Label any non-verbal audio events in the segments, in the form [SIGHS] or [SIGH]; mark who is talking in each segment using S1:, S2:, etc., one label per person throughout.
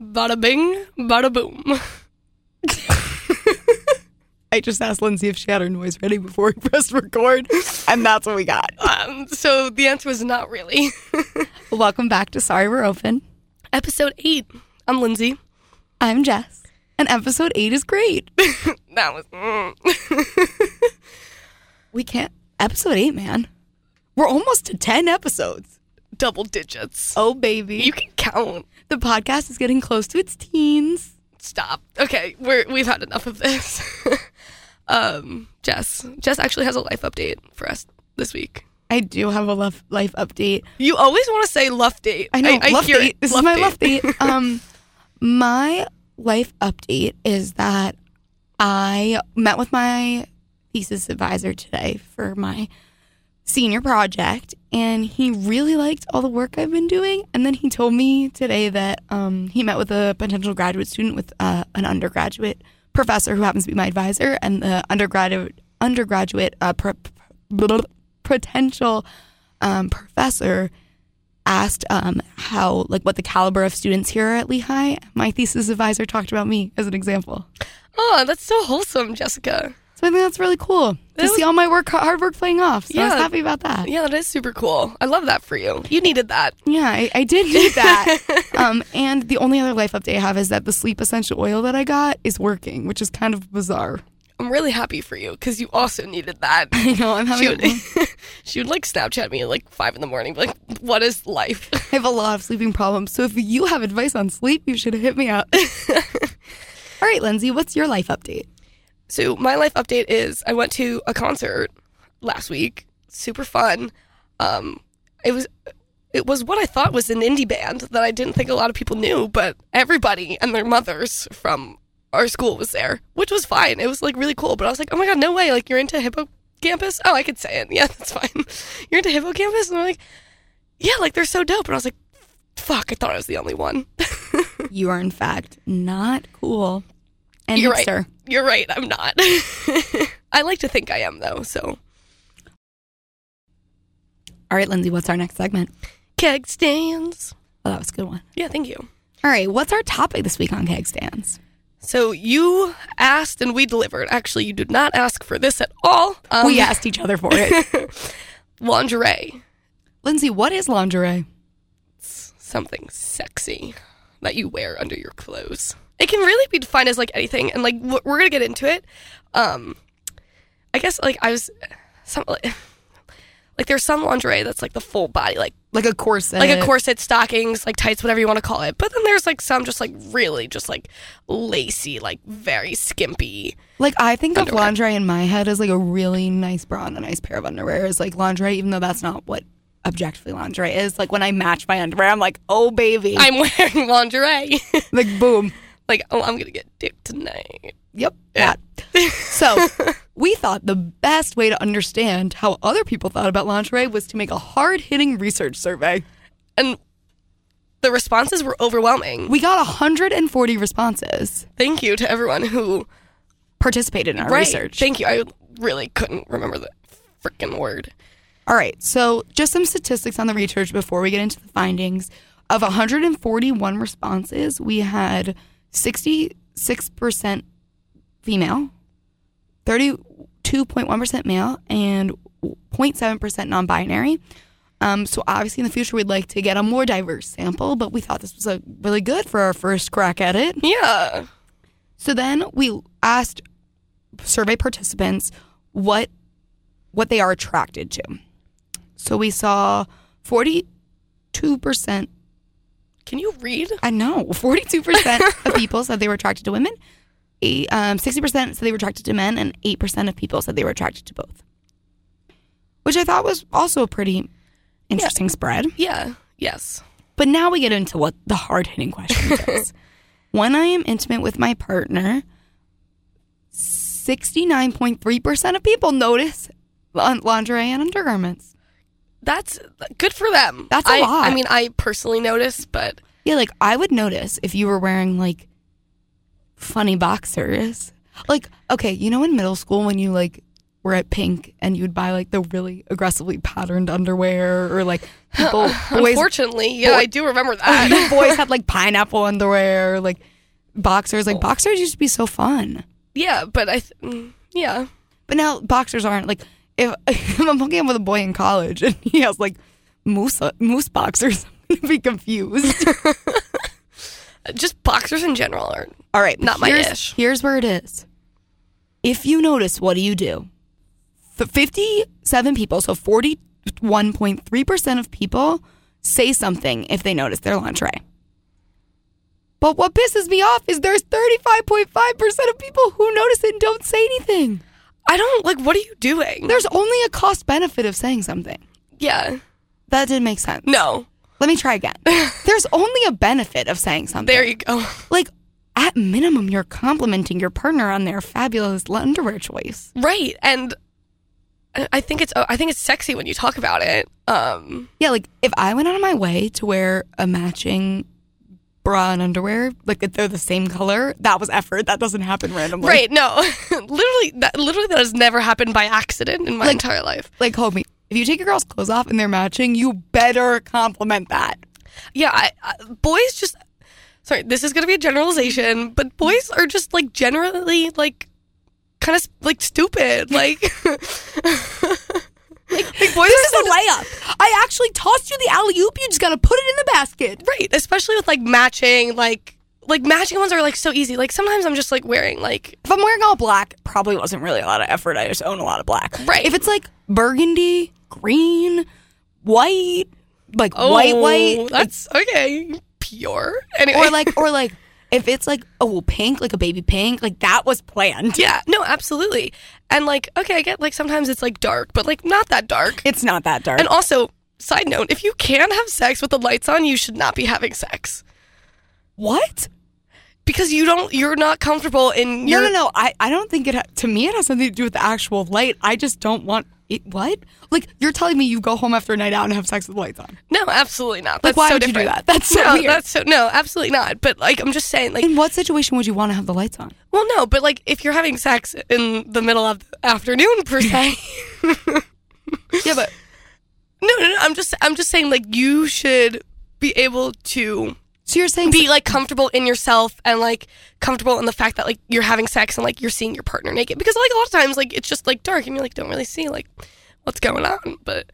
S1: Bada bing, bada [LAUGHS] boom.
S2: I just asked Lindsay if she had her noise ready before we [LAUGHS] pressed record, and that's what we got.
S1: Um, so the answer was not really. [LAUGHS]
S2: Welcome back to Sorry We're Open.
S1: Episode eight. I'm Lindsay.
S2: I'm Jess, and episode eight is great. [LAUGHS]
S1: That was. mm. [LAUGHS]
S2: We can't. Episode eight, man. We're almost to 10 episodes.
S1: double digits.
S2: Oh, baby.
S1: You can count.
S2: the podcast is getting close to its teens.
S1: Stop. Okay, we're we've had enough of this. [LAUGHS] um, Jess. Jess actually has a life update for us this week.
S2: I do have a lef- life update.
S1: You always want to say love date.
S2: I know.
S1: I,
S2: love
S1: hear
S2: date.
S1: it.
S2: This
S1: Love
S2: is my
S1: date. [LAUGHS]
S2: love date. Um, my life update is that I met with my thesis advisor today for my senior project, and he really liked all the work I've been doing. And then he told me today that um, he met with a potential graduate student with uh, an undergraduate professor who happens to be my advisor, and the undergraduate undergraduate uh, pro- pro- potential um, professor asked um, how like what the caliber of students here are at Lehigh, my thesis advisor talked about me as an example.
S1: Oh, that's so wholesome, Jessica.
S2: So I think that's really cool to
S1: That was-
S2: see all my work hard work playing off. So I was
S1: Yeah.
S2: happy about that.
S1: Yeah, that is super cool. I love that for you. You needed that.
S2: Yeah, I, I did need that. [LAUGHS] um, and the only other life update I have is that the sleep essential oil that I got is working, which is kind of bizarre.
S1: I'm really happy for you because you also needed that. [LAUGHS]
S2: [LAUGHS] I know I'm
S1: She
S2: having.
S1: would, [LAUGHS] she would like Snapchat me at like five in the morning, be like, what is life? [LAUGHS]
S2: I have a lot of sleeping problems. So if you have advice on sleep, you should hit me [LAUGHS] up. all right, Lindsay, what's your life update?
S1: So my life update is I went to a concert last week. Super fun. Um, it was it was what I thought was an indie band that I didn't think a lot of people knew, but everybody and their mothers from our school was there, which was fine. It was like really cool, but I was like, oh my god, no way! Like you're into hippocampus? Oh, I could say it. [LAUGHS] Yeah, that's fine. You're into hippocampus, and they're like, yeah, like they're so dope. And I was like, fuck, I thought I was the only one. [LAUGHS]
S2: You are in fact not cool. And
S1: You're right.
S2: hipster.
S1: You're right, I'm not. [LAUGHS] I like to think I am though, so.
S2: All right, Lindsay, what's our next segment?
S1: keg stands.
S2: Oh, that was a good one.
S1: Yeah, thank you.
S2: All right, what's our topic this week on Keg Stands?
S1: So you asked and we delivered. Actually, you did not ask for this at all. Um,
S2: we asked each other for
S1: [LAUGHS]
S2: it.
S1: lingerie,
S2: Lindsay, what is lingerie?
S1: something sexy that you wear under your clothes. It can really be defined as like anything, and like we're we're gonna get into it. Um, I guess like I was some like, like there's some lingerie that's like the full body, like
S2: Like a corset.
S1: like a corset, stockings, like tights, whatever you want to call it. But then there's like some just like really just like lacy, like very skimpy.
S2: Like I think
S1: Underwear.
S2: of lingerie in my head as like a really nice bra and a nice pair of underwear is like lingerie, even though that's not what objectively lingerie is. Like when I match my underwear, I'm like, oh baby.
S1: I'm [LAUGHS] wearing lingerie. [LAUGHS]
S2: like boom.
S1: like, oh, I'm gonna get dick tonight.
S2: Yep. That.
S1: [LAUGHS]
S2: so we thought the best way to understand how other people thought about lingerie was to make a hard hitting research survey.
S1: And the responses were overwhelming.
S2: We got 140 responses.
S1: Thank you to everyone who
S2: participated in our
S1: Right,
S2: research.
S1: Thank you. I really couldn't remember the freaking word.
S2: All right, so just some statistics on the research before we get into the findings. Of 141 responses, we had 66% female, 32.1% male, and 0.7% non binary. Um, so obviously, in the future, we'd like to get a more diverse sample, but we thought this was like really good for our first crack at it.
S1: Yeah.
S2: So then we asked survey participants what what they are attracted to. So we saw 42%,
S1: Can you read?
S2: I know, [LAUGHS] 42% of people said they were attracted to women. Eight, um, 60% said they were attracted to men and 8% of people said they were attracted to both. Which I thought was also a pretty interesting spread.
S1: Yeah. Yes.
S2: But now we get into what the hard hitting question is. when I am intimate with my partner, 69.3% of people notice lin- lingerie and undergarments.
S1: That's good for them.
S2: That's a
S1: I-
S2: lot.
S1: I mean, I personally noticed, but
S2: Yeah, like I would notice if you were wearing like funny boxers. Like, okay, you know, in middle school when you like were at Pink and you'd buy like the really aggressively patterned underwear or like people boys,
S1: Unfortunately, yeah, I do remember
S2: [LAUGHS]
S1: that.
S2: boys had like pineapple underwear, like boxers. Like boxers used to be so fun.
S1: yeah, but I, th- mm, yeah,
S2: But now boxers aren't like if, [LAUGHS] if I'm hooking up with a boy in college and he has like moose moose boxers, [LAUGHS] I'm gonna be confused.
S1: just boxers in general are
S2: All right,
S1: Not my
S2: here's,
S1: ish.
S2: Here's where it is. If you notice, what do you do? F- Fifty-seven people, so forty-one point three percent of people say something if they notice their lingerie. But what pisses me off is there's thirty-five point five percent of people who notice it and don't say anything.
S1: I don't like. What are you doing?
S2: There's only a cost benefit of saying something.
S1: yeah,
S2: That didn't make sense.
S1: no.
S2: Let me
S1: [LAUGHS]
S2: try again. There's only a benefit of saying something.
S1: There you go. [LAUGHS]
S2: like at minimum you're complimenting your partner on their fabulous underwear choice
S1: Right, and I I think it's oh, I think it's sexy when you talk about it. Um,
S2: yeah like if i went out of my way to wear a matching bra and underwear like if they're the same color that was effort that doesn't happen randomly
S1: right, no, [LAUGHS] literally, that literally that has never happened by accident in my entire life.
S2: like homie if you take your girl's clothes off and they're matching you better compliment that
S1: Yeah, I, I, boys just. Sorry, this is gonna be a generalization, but boys are just like generally like kind of like stupid. Like, [LAUGHS] like boys
S2: this
S1: are
S2: is a layup i actually tossed you the alley oop you just gotta put it in the basket
S1: Right, especially with like matching, like like matching ones are like so easy. Like sometimes I'm just like wearing like
S2: if i'm wearing all black probably wasn't really a lot of effort i just own a lot of black
S1: Right.
S2: if it's like burgundy green white like white white
S1: oh, That's okay, pure. Anyway,
S2: or like or like if it's like oh well, pink like a baby pink like that was
S1: [LAUGHS]
S2: planned [LAUGHS]
S1: yeah, no, absolutely. And like okay, I get like sometimes it's like dark, but like not that dark.
S2: it's not that dark
S1: And also, side note, if you can have sex with the lights on, you should not be having sex
S2: what
S1: because you don't. You're not comfortable in
S2: no
S1: your.
S2: no no i i don't think it ha- to me it has something to do with the actual light i just don't want it what like you're telling me you go home after a night out and have sex with the lights on
S1: no, absolutely not. That's
S2: Like, why
S1: so
S2: would you do
S1: different.
S2: that? That's so
S1: no,
S2: weird.
S1: That's so no, absolutely not. But like, I'm just saying, like,
S2: in what situation would you want to have the lights on
S1: Well, no, but like if you're having sex in the middle of the afternoon per se.
S2: yeah but
S1: [LAUGHS] no, no, no. I'm just I'm just saying like you should be able to
S2: so you're saying
S1: be like comfortable in yourself and like comfortable in the fact that like you're having sex and like you're seeing your partner naked because like a lot of times like it's just like dark and you like don't really see like what's going on but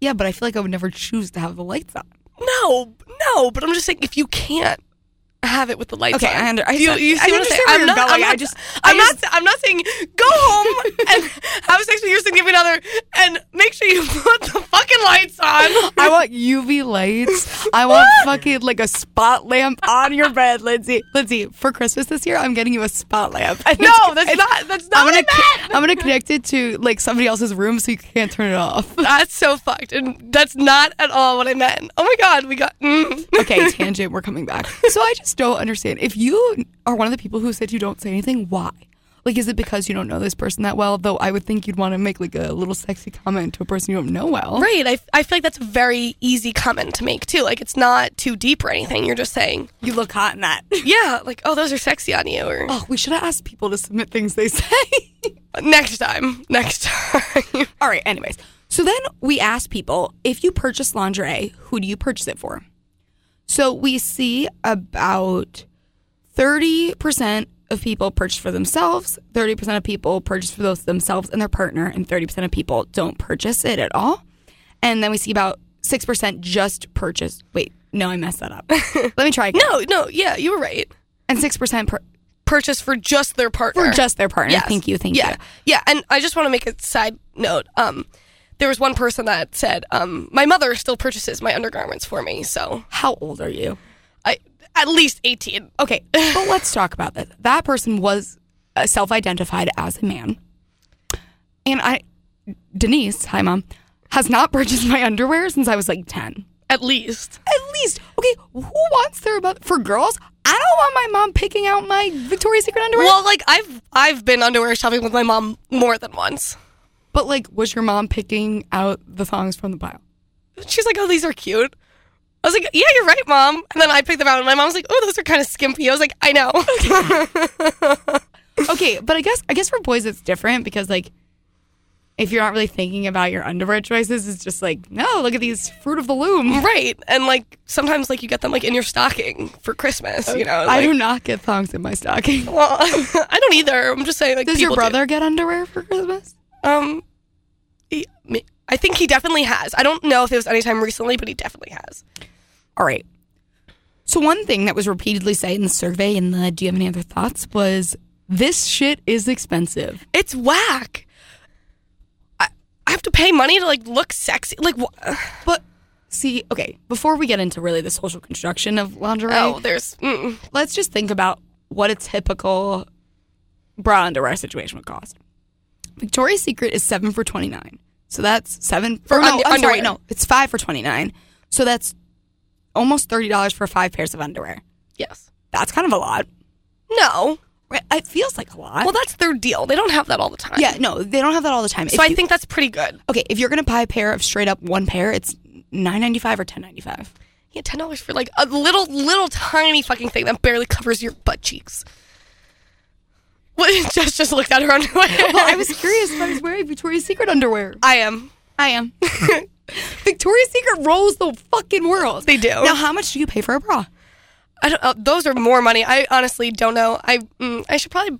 S2: yeah but i feel like i would never choose to have the lights on
S1: no no but I'm just saying if you can't have it with the lights
S2: Okay,
S1: on.
S2: I under- I
S1: you,
S2: see-
S1: you see
S2: I
S1: what I'm saying
S2: understand where
S1: I'm
S2: you're
S1: not,
S2: going.
S1: I'm not
S2: I just-
S1: I'm
S2: I
S1: not I'm not saying go home and have sex with your significant other and make sure you [LAUGHS] put the fucking lights on
S2: I want UV lights. I want fucking like a spot lamp on your bed, Lindsay. Lindsay, for Christmas this year, I'm getting you a spot lamp. And
S1: [LAUGHS] no
S2: it's-
S1: that's
S2: it's-
S1: not that's not
S2: I'm gonna
S1: what I meant.
S2: co- I'm gonna connect it to like somebody else's room so you can't turn it [LAUGHS] off.
S1: that's so fucked and that's not at all what I meant oh my god we got mm.
S2: Okay, tangent. We're coming back. So I just don't understand. If you are one of the people who said you don't say anything, why? Like, is it because you don't know this person that well? Though I would think you'd want to make like a little sexy comment to a person you don't know well.
S1: Right. I, I feel like that's a very easy comment to make, too. Like, it's not too deep or anything. You're just saying,
S2: You look hot in that.
S1: yeah, like, oh, those are sexy on you. Or
S2: Oh, we should have asked people to submit things they [LAUGHS] say.
S1: next time, next [LAUGHS] time.
S2: All right, anyways. So then we asked people if you purchase lingerie, who do you purchase it for? So we see about 30% of people purchase for themselves, 30% of people purchase for both themselves and their partner, and 30% of people don't purchase it at all. And then we see about 6% just purchase. Wait, no, I
S1: [LAUGHS]
S2: messed that up. Let me try again.
S1: no, no, yeah, you were right.
S2: And 6% pur-
S1: Purchase for just their partner.
S2: for just their partner.
S1: Yes.
S2: Thank you, thank
S1: yeah.
S2: you.
S1: Yeah. And I just want to make a side note. Um, there was one person that said, um, my mother still purchases my undergarments for me. So
S2: How old are you?
S1: I, at least 18.
S2: Okay, but Oh, let's talk about this. That person was uh, self-identified as a man, and I, Denise, hi mom, has not purchased my underwear since I was like ten.
S1: [LAUGHS] At least.
S2: At least, okay, who wants their mother for girls? I don't want my mom picking out my Victoria's Secret underwear.
S1: Well, like I've I've been underwear shopping with my mom more than once.
S2: but like, was your mom picking out the thongs from the pile?
S1: She's like, "Oh, these are cute." I was like, "Yeah, you're right, mom." And then I picked them out, and my mom was like, "Oh, those are kind of skimpy." I was like, "I know." [LAUGHS]
S2: okay, but I guess I guess for boys it's different because like if you're not really thinking about your underwear choices, it's just like, no, look at these fruit of the loom.
S1: Right. And like sometimes like you get them like in your stocking for Christmas, you know.
S2: I
S1: like-
S2: do not get thongs in my stocking.
S1: Well, [LAUGHS] I don't either. I'm just saying like
S2: Does your
S1: people do.
S2: brother get underwear for Christmas?
S1: Um, he, me- I think he definitely has. I don't know if it was any time recently, but he definitely has.
S2: All right. So one thing that was repeatedly said in the survey and the do you have any other thoughts was this shit is expensive.
S1: It's whack. I, I have to pay money to like look sexy. Like
S2: [SIGHS]
S1: wha- oh,
S2: But see, okay, before we get into really the social construction of lingerie,
S1: oh, there's mm,
S2: let's just think about what a typical bra underwear situation would cost. Victoria's Secret is seven for twenty nine, so that's seven for no,
S1: under-
S2: I'm sorry,
S1: underwear.
S2: no, it's five for twenty nine, so that's almost thirty dollars for five pairs of underwear.
S1: yes.
S2: That's kind of a lot.
S1: No.
S2: Right? It feels like a lot.
S1: Well, that's their deal. They don't have that all the time.
S2: yeah, no, they don't have that all the time.
S1: So I think that's pretty good.
S2: okay, if you're gonna buy a pair of straight up one pair, it's nine ninety five or ten ninety five.
S1: Yeah, ten dollars for like a little, little tiny fucking thing that barely covers your butt cheeks. What? [LAUGHS] Just, just looked at her underwear.
S2: Well, I was curious if I was wearing Victoria's Secret underwear.
S1: [LAUGHS] I am.
S2: I am. [LAUGHS] Victoria's Secret rolls the fucking world.
S1: They do.
S2: Now, how much do you pay for a bra?
S1: I don't. Uh, those are more money. I honestly don't know. I mm, I should probably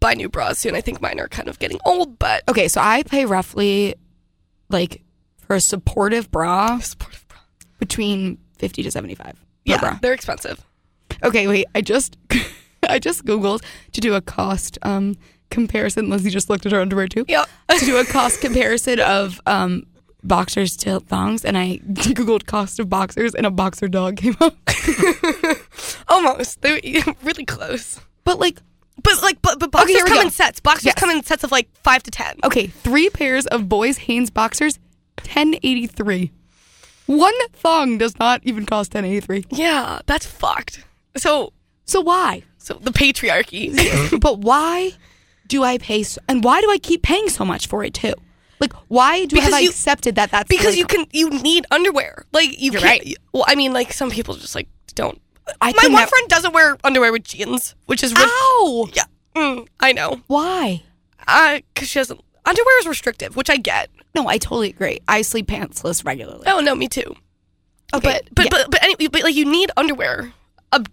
S1: buy new bras soon. I think mine are kind of getting old, but
S2: Okay, so I pay roughly, like, for a supportive bra
S1: supportive bra.
S2: between fifty to seventy five.
S1: Yeah,
S2: Bra.
S1: they're expensive.
S2: Okay, wait. I just, [LAUGHS] I just googled to do a cost um comparison. Lizzie just looked at her underwear too.
S1: Yeah.
S2: [LAUGHS] to do a cost comparison of um boxers to thongs, and I [LAUGHS] googled cost of boxers, and a boxer dog came up.
S1: [LAUGHS]
S2: [LAUGHS]
S1: Almost. They're [LAUGHS] really close.
S2: But like,
S1: But like, but, but
S2: Okay,
S1: boxers
S2: here we
S1: come
S2: go.
S1: in sets. Boxers
S2: Yes.
S1: come in sets of like five to ten.
S2: okay, three pairs of boys Hanes boxers, ten eighty three. One thong does not even cost ten eighty three.
S1: Yeah, that's fucked. So
S2: So why? [LAUGHS]
S1: so the [LAUGHS] patriarchy.
S2: but why do I pay? So, and why do I keep paying so much for it too? Like, why do
S1: Because
S2: have
S1: you-
S2: I accepted that? That's
S1: because
S2: like-
S1: you can you need underwear. Like you
S2: You're
S1: can't.
S2: right.
S1: Well, I mean, like some people just like don't.
S2: I Ah.
S1: My
S2: can
S1: one
S2: nev-
S1: friend doesn't wear underwear with jeans, which is rid-
S2: Ow!
S1: yeah. Mm, I know.
S2: Why?
S1: Uh, cause she doesn't. Underwear is restrictive, which I get.
S2: No, I totally agree. I sleep pantsless regularly.
S1: Oh no, me too.
S2: Okay,
S1: but but
S2: yeah.
S1: but but anyway, but like you need underwear. Ob-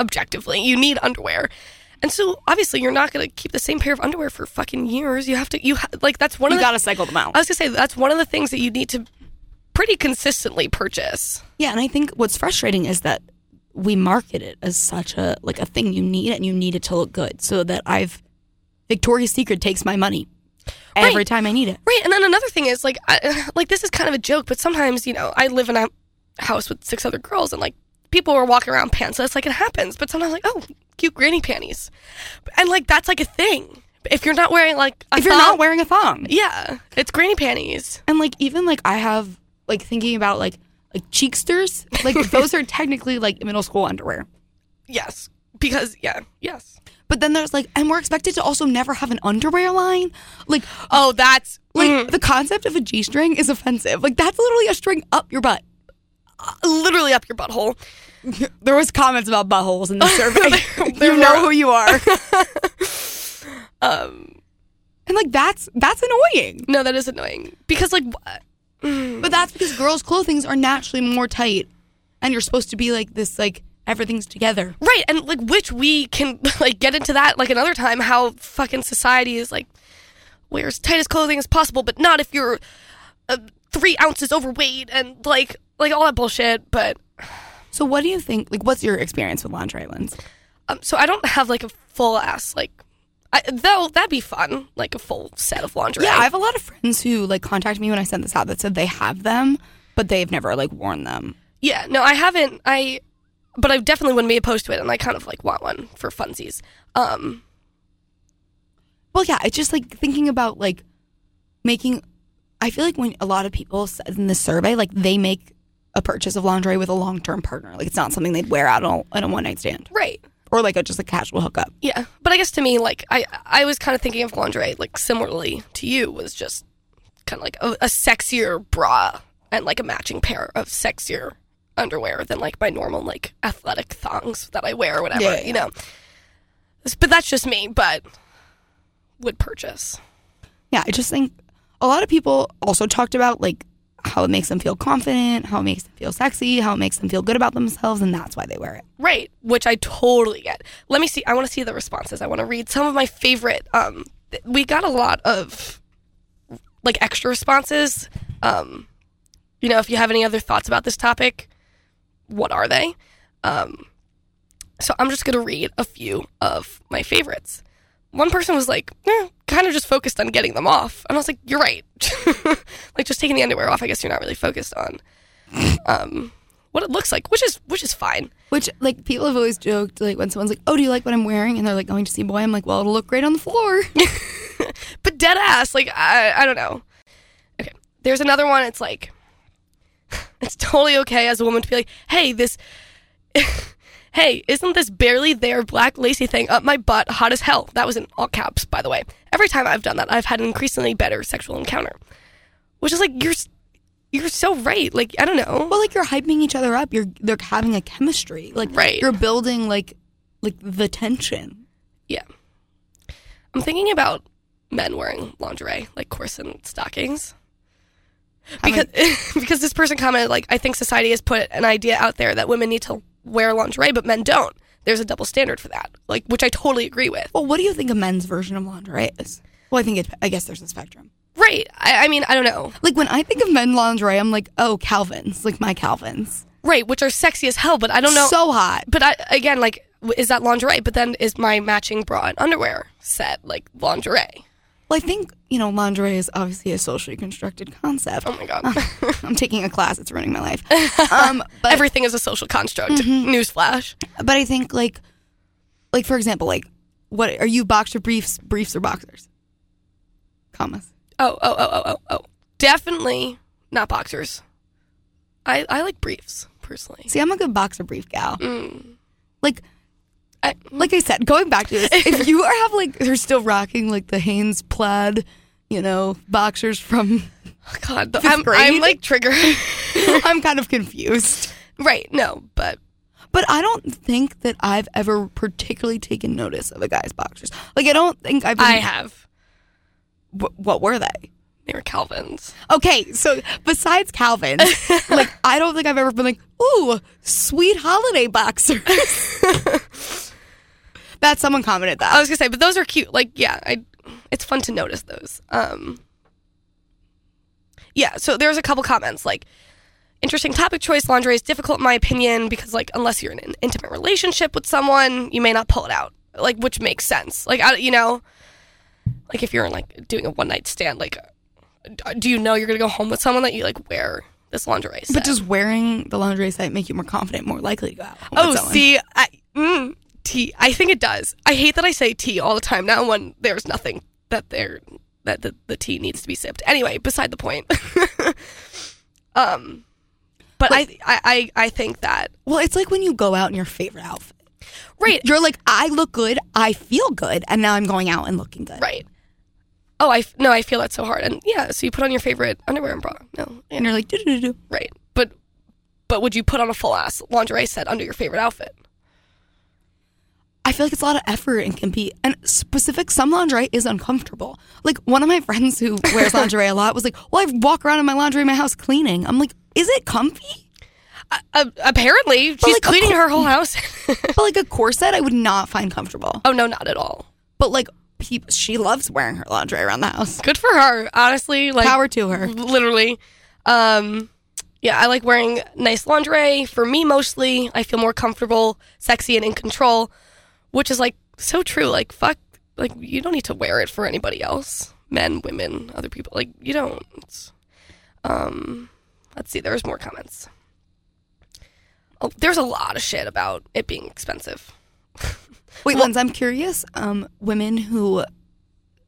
S1: objectively, you need underwear, and so obviously you're not gonna keep the same pair of underwear for fucking years. You have to you ha- like that's one
S2: You
S1: of the,
S2: gotta cycle them out.
S1: I was gonna say that's one of the things that you need to pretty consistently purchase.
S2: Yeah, and I think what's frustrating is that we market it as such a like a thing you need and you need it to look good. So that I've Victoria's Secret takes my money every
S1: Right.
S2: time I need it.
S1: Right, and then another thing is like I, [SIGHS] like this is kind of a joke, but sometimes you know I live in a house with six other girls, and like people are walking around pantsless, like it happens. But sometimes like oh, cute granny panties, and like that's like a thing. If you're not wearing like a
S2: If you're
S1: thong-
S2: not wearing a thong.
S1: yeah, it's granny panties.
S2: And like even like I have like thinking about like like cheeksters, like
S1: [LAUGHS]
S2: those are technically like middle school underwear.
S1: Yes, because yeah, yes.
S2: But then there's like and we're expected to also never have an underwear line. Like
S1: Oh, that's
S2: like
S1: like
S2: the concept of a G string is offensive. Like that's literally a string up your butt.
S1: literally up your butthole.
S2: There was comments about buttholes [LAUGHS] in the survey.
S1: there
S2: [LAUGHS] you know
S1: were.
S2: who you are.
S1: Um,
S2: And like that's that's annoying.
S1: no, that is annoying because like wh-
S2: But that's because girls' clothings are naturally more tight, and you're supposed to be like this, like everything's together.
S1: Right, and like which we can [LAUGHS] like get into that like another time how fucking society is like wear as tight as clothing as possible, but not if you're uh, three ounces overweight and like like all that bullshit. But
S2: So what do you think? Like, what's your experience with lingerie lens?
S1: um, so I don't have like a full ass like I, though that'd be fun like a full set of lingerie.
S2: Yeah, I have a lot of friends who like contact me when I sent this out that said they have them, but they've never like worn them.
S1: yeah. No, I haven't. I but I definitely wouldn't be opposed to it, and I kind of like want one for funsies. Um,
S2: Well, yeah, it's just like thinking about like making. I feel like when a lot of people said in the survey, like they make a purchase of lingerie with a long term partner, like it's not something they'd wear out on a one night stand
S1: right.
S2: or like a, just a casual hookup.
S1: Yeah, but I guess to me, like I, I was kind of thinking of lingerie, like similarly to you, was just kind of like a, a sexier bra and like a matching pair of sexier underwear than like my normal like athletic thongs that I wear or whatever,
S2: Yeah, yeah,
S1: you know. But that's just me. But would purchase.
S2: Yeah, I just think a lot of people also talked about like how it makes them feel confident, how it makes them feel sexy, how it makes them feel good about themselves, and that's why they wear it.
S1: Right, which I totally get. Let me see. I want to see the responses. I want to read some of my favorite. Um, th- we got a lot of like extra responses. Um, you know, if you have any other thoughts about this topic, what are they? Um, so I'm just gonna read a few of my favorites. One person was like, eh, kind of just focused on getting them off, and I was like, you're right. [LAUGHS] like just taking the underwear off, I guess you're not really focused on um, what it looks like, which is which is fine.
S2: Which like people have always joked like when someone's like, "Oh, do you like what I'm wearing?" and they're like going to see boy, I'm like, "Well, it'll look great on the floor."
S1: but dead ass, like I, I don't know. Okay, there's another one. It's like, [LAUGHS] it's totally okay as a woman to be like, hey, this, [LAUGHS] hey, isn't this barely there black lacy thing up my butt hot as hell? That was in all caps, by the way. Every time I've done that, I've had an increasingly better sexual encounter, which is like you're, s- you're so right. Like I don't know.
S2: well, like you're hyping each other up. You're they're having a chemistry. Like
S1: Right.
S2: you're building like like the tension.
S1: I'm thinking about men wearing lingerie, like corset and stockings. Because [LAUGHS] because this person commented like I think society has put an idea out there that women need to wear lingerie but men don't. There's a double standard for that. Like which I totally agree with.
S2: Well, what do you think a men's version of lingerie is? Well, I think it, I guess there's a spectrum.
S1: Right. I, I mean, I don't know.
S2: Like when I think of men lingerie, I'm like, oh, Calvin's, like my Calvin's,
S1: Right, which are sexy as hell, but I don't know.
S2: so hot.
S1: but I again like w- is that lingerie? But then is my matching bra and underwear set like lingerie?
S2: Well, I think you know lingerie is obviously a socially constructed concept.
S1: Oh my god.
S2: I'm taking a class; it's ruining my life. Um,
S1: [LAUGHS]
S2: but
S1: Everything is a social construct. Newsflash.
S2: but I think like, like for example, like what are you boxer briefs, briefs or boxers? Commas.
S1: Oh, oh, oh, oh, oh, oh. Definitely not boxers. I, I like briefs, personally.
S2: See, I'm a good boxer brief gal.
S1: Mm.
S2: Like,
S1: I,
S2: like I said, going back to this, if you are have like you're still rocking like the Hanes plaid, you know, boxers from, [LAUGHS]
S1: oh, God, the- I'm,
S2: grade?
S1: I'm like [LAUGHS] triggered.
S2: I'm kind of confused.
S1: right, no, but
S2: But I don't think that I've ever particularly taken notice of a guy's boxers. Like I don't think I've. Been,
S1: I have.
S2: Wh- what were they?
S1: They were Calvin's.
S2: Okay, so besides Calvin, like I don't think I've ever been like, ooh, sweet holiday boxers. that someone commented
S1: I
S2: that.
S1: was gonna say, but those are cute. Like, yeah, I, it's fun to notice those. Um, yeah, so there was a couple comments like, interesting topic choice. Lingerie is difficult, in my opinion, because like unless you're in an intimate relationship with someone, you may not pull it out. Like, which makes sense. Like, I, you know, like if you're in like doing a one night stand, like, d- do you know you're gonna go home with someone that you like wear this lingerie? Set?
S2: But does wearing the lingerie set make you more confident, more likely to go out? with
S1: Oh,
S2: someone?
S1: see, I, mm, tea. I think it does. I hate that I say tea all the time now when there's nothing that there that the, the tea needs to be sipped. Anyway, beside the point. [LAUGHS] um, but I, I I I think that
S2: Well, it's like when you go out in your favorite outfit.
S1: right
S2: You're like, I look good, I feel good, and now I'm going out and looking good.
S1: right. Oh, I f- no, I feel that so hard, and yeah. So you put on your favorite underwear and bra. No, yeah,
S2: And you're like, do do do.
S1: right. But but would you put on a full ass lingerie set under your favorite outfit?
S2: I feel like it's a lot of effort and compete. And specific, some lingerie is uncomfortable. Like one of my friends who [LAUGHS] wears lingerie a lot was like, "Well, I walk around in my lingerie in my house cleaning." I'm like, "Is it comfy?"
S1: Uh, apparently, she's
S2: like, a
S1: cleaning her whole house. [LAUGHS]
S2: But like a corset, I would not find comfortable.
S1: oh no, not at all.
S2: But like, peop she loves wearing her lingerie around the house.
S1: Good for her, honestly. Like
S2: Power to
S1: [LAUGHS]
S2: her.
S1: literally. Um, yeah, I like wearing nice lingerie for me mostly. I feel more comfortable, sexy, and in control, which is like so true. Like, fuck, like, you don't need to wear it for anybody else men, women, other people. Like, you don't. It's- Um, let's see, there's more comments. Oh, there's a lot of shit about it being expensive.
S2: Wait, Linz, I'm curious. Um, women who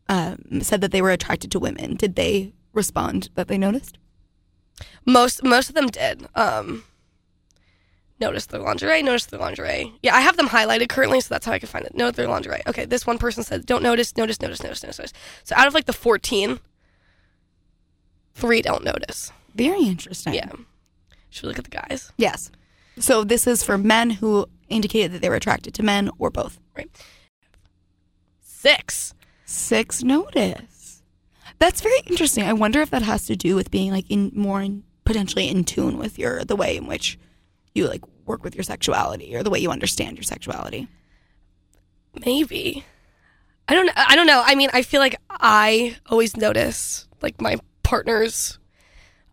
S2: um, said that they were attracted to women, did they respond that they noticed?
S1: Most most of them did. Um notice their lingerie, notice their lingerie. Yeah, I have them highlighted currently, so that's how I can find it. Note their lingerie. Okay, this one person said, Don't notice, notice, notice, notice, notice, notice. So out of like the fourteen, three don't notice.
S2: Very interesting.
S1: Yeah. Should we look at the guys?
S2: Yes. So this is for men who indicated that they were attracted to men or both.
S1: Right. Six.
S2: Six notice. That's very interesting. I wonder if that has to do with being like in more in, potentially in tune with your the way in which you like work with your sexuality or the way you understand your sexuality.
S1: Maybe. I don't I don't know. I mean, I feel like I always notice like my partner's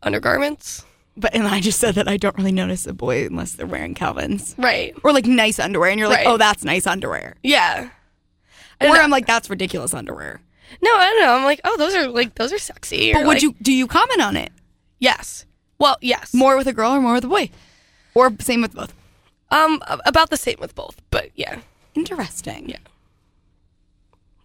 S1: undergarments.
S2: But and I just said that I don't really notice a boy unless they're wearing Calvin's
S1: Right.
S2: or like nice underwear, and you're like,
S1: Right.
S2: oh, that's nice underwear.
S1: Yeah. I
S2: Or
S1: don't know.
S2: I'm like, that's ridiculous underwear.
S1: No, I don't know. I'm like, oh, those are like those are sexy.
S2: But
S1: or,
S2: would
S1: like-
S2: you do you comment on it
S1: Yes. Well, yes.
S2: more with a girl or more with a boy, or same with both?
S1: Um, a- about the same with both, but yeah,
S2: Interesting.
S1: Yeah.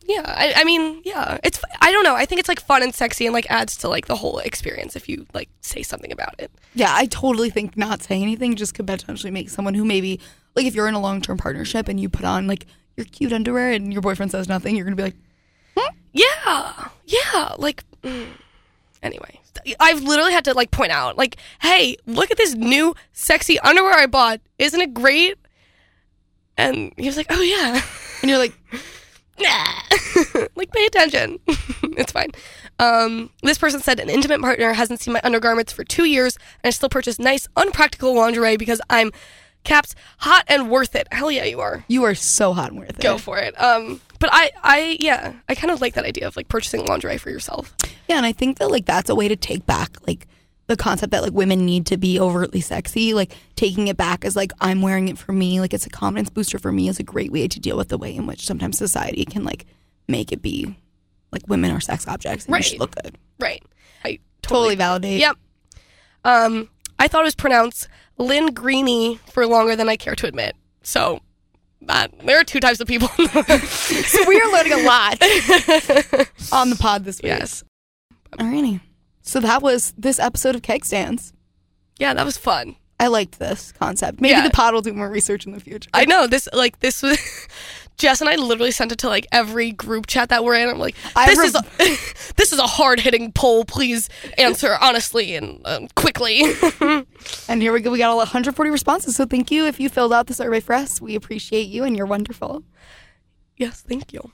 S1: yeah. I, I mean, yeah. It's I don't know. I think it's like fun and sexy and like adds to like the whole experience if you like say something about it.
S2: Yeah, I totally think not saying anything just could potentially make someone who maybe like if you're in a long term partnership and you put on like your cute underwear and your boyfriend says nothing, you're gonna be like,
S1: Yeah, yeah. Like, mm. anyway, I've literally had to like point out, like, hey, look at this new sexy underwear I bought. Isn't it great? And he was like, oh yeah. [LAUGHS]
S2: and you're like,
S1: Nah. [LAUGHS] like pay attention. it's fine. Um, this person said an intimate partner hasn't seen my undergarments for two years and I still purchase nice, unpractical lingerie because I'm caps hot and worth it. Hell yeah, you are.
S2: you are so hot and worth it.
S1: Go for it. Um, but I, I, yeah, I kind of like that idea of like purchasing lingerie for yourself.
S2: Yeah, and I think that like that's a way to take back like the concept that like women need to be overtly sexy, like taking it back as like I'm wearing it for me, like it's a confidence booster for me is a great way to deal with the way in which sometimes society can like make it be like women are sex objects and you should
S1: Right.
S2: look good.
S1: Right. I
S2: Totally
S1: totally.
S2: validate.
S1: Yep. Um, I thought it was pronounced Lynn Greeny for longer than I care to admit. So, uh, there are two types of people. [LAUGHS]
S2: we are [LAUGHS] learning a lot on the pod this week.
S1: yes.
S2: Alrighty. So that was this episode of Keg Stands.
S1: Yeah, that was fun.
S2: I liked this concept. Maybe
S1: Yeah.
S2: the pod will do more research in the future.
S1: I know this. Like this was. [LAUGHS] Jess and I literally sent it to like every group chat that we're in. I'm like,
S2: I
S1: this
S2: re-
S1: is a, this is a [LAUGHS] hard hitting poll. Please answer honestly and um, quickly. [LAUGHS]
S2: And here we go. We got all 140 responses. So thank you if you filled out the survey for us. We appreciate you and you're wonderful.
S1: yes, thank you.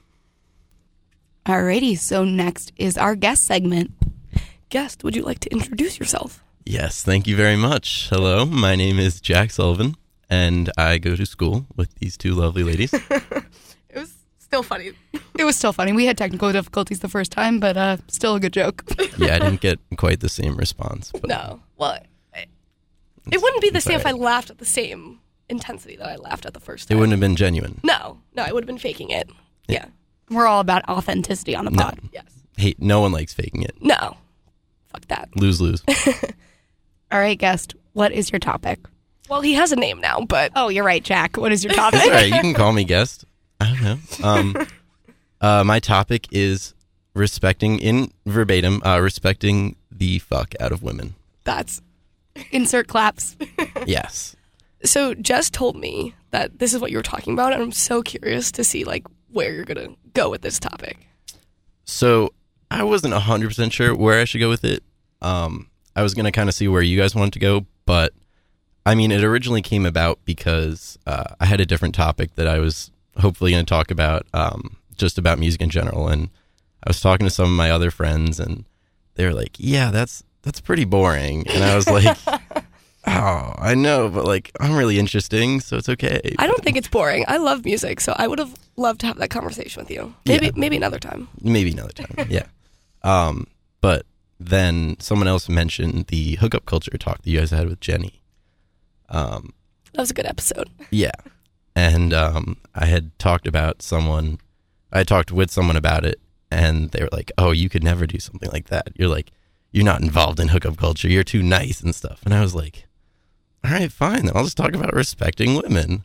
S2: Alrighty. So next is our guest segment.
S1: Guest, would you like to introduce yourself?
S3: Yes, thank you very much. Hello, my name is Jack Sullivan, and I go to school with these two lovely ladies.
S1: It was still funny.
S2: It was still funny. We had technical difficulties the first time, but uh, still a good joke. [LAUGHS]
S3: yeah, I didn't get quite the same response. But
S1: No, well, it, it wouldn't be the
S3: It's
S1: same if I
S3: alright.
S1: laughed at the same intensity that I laughed at the first
S3: It
S1: time.
S3: wouldn't have been genuine.
S1: No, no, I would have been faking it. Yeah.
S2: We're all about authenticity on the pod.
S1: Yes.
S3: Hey, no one likes faking it.
S1: No. Fuck that.
S3: Lose, lose.
S2: All right, guest. What is your topic?
S1: Well, he has a name now, but
S2: Oh, you're right, Jack. What is your topic?
S3: All right, you can call me guest. I don't know. Um, uh, my topic is respecting, in verbatim, uh, respecting the fuck out of women.
S1: that's
S2: Insert claps.
S3: Yes.
S1: So Jess told me that this is what you were talking about, and I'm so curious to see like where you're gonna go with this topic.
S3: So I wasn't 100% sure where I should go with it. Um, I was going to kind of see where you guys wanted to go, but I mean, it originally came about because uh, I had a different topic that I was hopefully going to talk about, um, just about music in general. And I was talking to some of my other friends, and they were like, "Yeah, that's that's pretty boring." And I was like, "Oh, I know, but like, I'm really interesting, so it's okay."
S1: I don't think it's boring. I love music, so I would have loved to have that conversation with you. Maybe
S3: Yeah.
S1: maybe another time.
S3: maybe another time. yeah. Um, but then someone else mentioned the hookup culture talk that you guys had with Jenny. Um,
S1: That was a good episode.
S3: yeah. And um, I had talked about someone, I talked with someone about it, and they were like, oh, you could never do something like that. You're like, you're not involved in hookup culture. You're too nice and stuff. And I was like, all right, fine. Then I'll just talk about respecting women.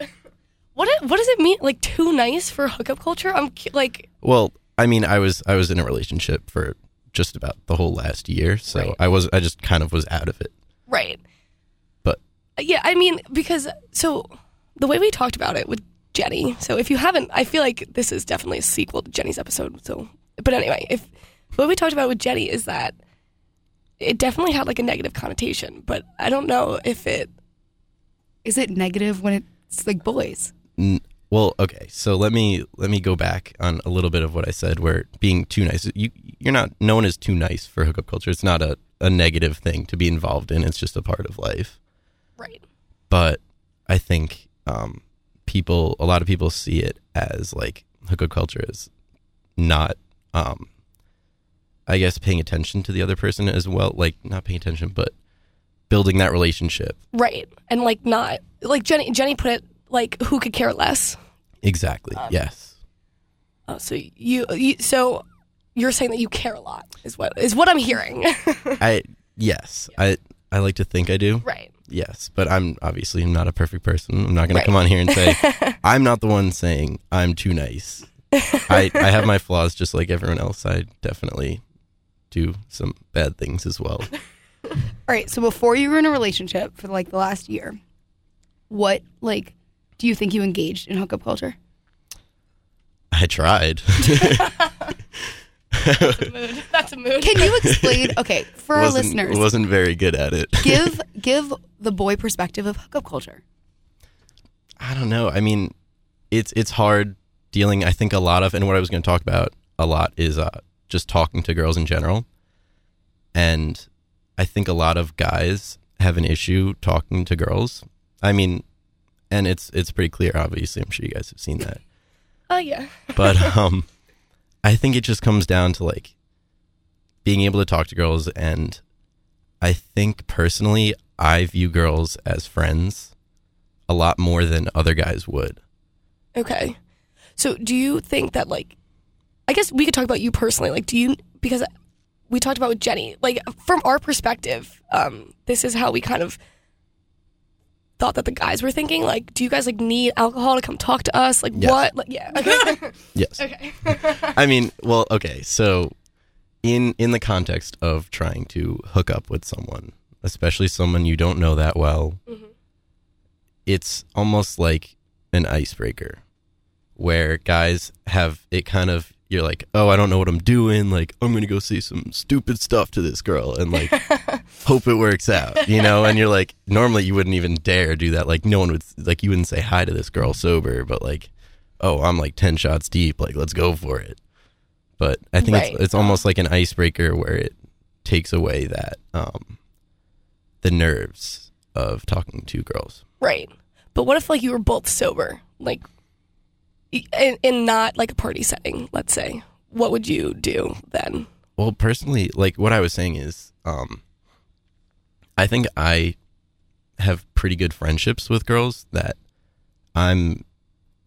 S1: What it- what does it mean? Like too nice for hookup culture? I'm cu- like
S3: Well, I mean, I was I was in a relationship for just about the whole last year, so
S1: Right.
S3: I was I just kind of was out of it.
S1: right. Uh,
S3: But
S1: Yeah, I mean because so the way we talked about it with Jenny. So if you haven't, I feel like this is definitely a sequel to Jenny's episode. So, but anyway, if what we talked about with Jenny is that it definitely had like a negative connotation, but I don't know if it.
S2: Is it negative when it's like boys?
S3: n- Well, okay. So let me let me go back on a little bit of what I said where being too nice you you're not no one is too nice for hookup culture. It's not a, a negative thing to be involved in. It's just a part of life.
S1: Right.
S3: But I think um people a lot of people see it as like hookup culture is not um I guess paying attention to the other person as well, like not paying attention but building that relationship.
S1: Right. And like not like Jenny Jenny put it like who could care less.
S3: Exactly. yes.
S1: Oh, so you, you so you're saying that you care a lot is what is what I'm hearing. [LAUGHS]
S3: I yes. I I like to think I do.
S1: right.
S3: Yes, but I'm obviously not a perfect person. I'm not going
S1: Right.
S3: to come on here and
S2: [LAUGHS]
S3: say I'm not the one saying I'm too nice. I I have my flaws just like everyone else. I definitely do some bad things as well.
S2: All right. So before you were in a relationship for like the last year, what like do you think you engaged in hookup culture?
S3: I tried. [LAUGHS]
S1: Mood. That's a mood.
S2: Can you explain? Okay, for our
S3: wasn't,
S2: listeners,
S3: wasn't very good at it.
S2: give give the boy perspective of hookup culture.
S3: I don't know. I mean, it's it's hard dealing. I think a lot of, and what I was going to talk about a lot is uh, just talking to girls in general. And I think a lot of guys have an issue talking to girls. I mean, and it's it's pretty clear. Obviously, I'm sure you guys have seen that.
S1: Oh yeah.
S3: But um, I think it just comes down to like being able to talk to girls, and I think personally, I view girls as friends a lot more than other guys would.
S1: Okay. So do you think that like I guess we could talk about you personally. Like do you because we talked about with Jenny, like from our perspective, um, this is how we kind of thought that the guys were thinking. Like, do you guys like need alcohol to come talk to us? Like
S3: Yes.
S1: what? Like yeah. Okay.
S3: Yes.
S1: okay.
S3: I mean, well, okay. So, in in the context of trying to hook up with someone, especially someone you don't know that well, it's almost like an icebreaker, where guys have it kind of. You're like, oh, I don't know what I'm doing. Like, I'm gonna go say some stupid stuff to this girl and like hope it works out, you know. And you're like, normally you wouldn't even dare do that. Like, no one would like you wouldn't say hi to this girl sober, but like oh, I'm like 10 shots deep. Like, let's go for it. But I think
S1: Right.
S3: it's, it's almost like an icebreaker where it takes away that, um, the nerves of talking to girls.
S1: Right. But what if like you were both sober, like, y- and, and not like a party setting? Let's say, what would you do then?
S3: Well, personally, like what I was saying is, um, I think I have pretty good friendships with girls that I'm.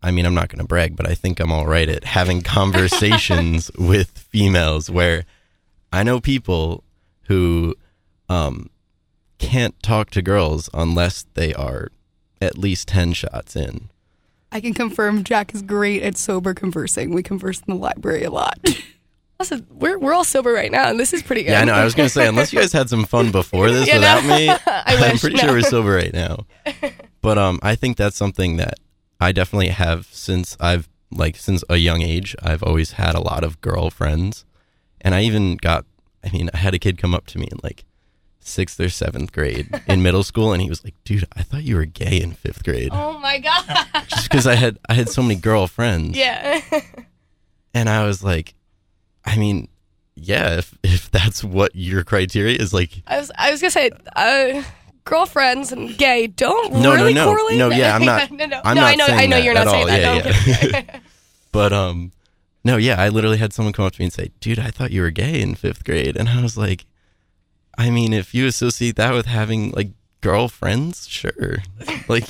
S3: I mean, I'm not going to brag, but I think I'm all right at having [LAUGHS] conversations with females where I know people who um, can't talk to girls unless they are at least 10 shots in.
S2: I can confirm Jack is great at sober conversing. We converse in the library a lot.
S1: Also, we're we're all sober right now, and this is pretty good.
S3: Yeah, I
S1: [LAUGHS]
S3: know. I was going to say, unless you guys had some fun before this
S1: Yeah, no.
S3: without
S1: [LAUGHS]
S3: me, I'm
S1: wish,
S3: pretty
S1: no.
S3: sure we're sober
S1: [LAUGHS]
S3: right now. But um, I think that's something that I definitely have since I've like since a young age. I've always had a lot of girlfriends, and I even got. I mean, I had a kid come up to me in like sixth or seventh grade
S1: [LAUGHS]
S3: in middle school, and he was like, "Dude, I thought you were gay in fifth grade,
S1: Oh my god.
S3: [LAUGHS]
S1: [LAUGHS]
S3: just because I had I had so many girlfriends."
S1: yeah.
S3: And I was like, I mean, yeah, if if that's what your criteria is, like.
S1: I was I was gonna say, uh, girlfriends and gay don't
S3: No, no,
S1: really
S3: no.
S1: correlate.
S3: No, yeah, I'm
S1: [LAUGHS]
S3: not-
S1: no, no.
S3: I'm
S1: no,
S3: not
S1: I know.
S3: saying
S1: I know
S3: that
S1: you're
S3: at
S1: not saying
S3: all.
S1: that.
S3: Yeah,
S1: no, I'm kidding.
S3: [LAUGHS] But um, no, yeah, I literally had someone come up to me and say, "Dude, I thought you were gay in fifth grade," and I was like, "I mean, if you associate that with having like girlfriends, sure, [LAUGHS] like."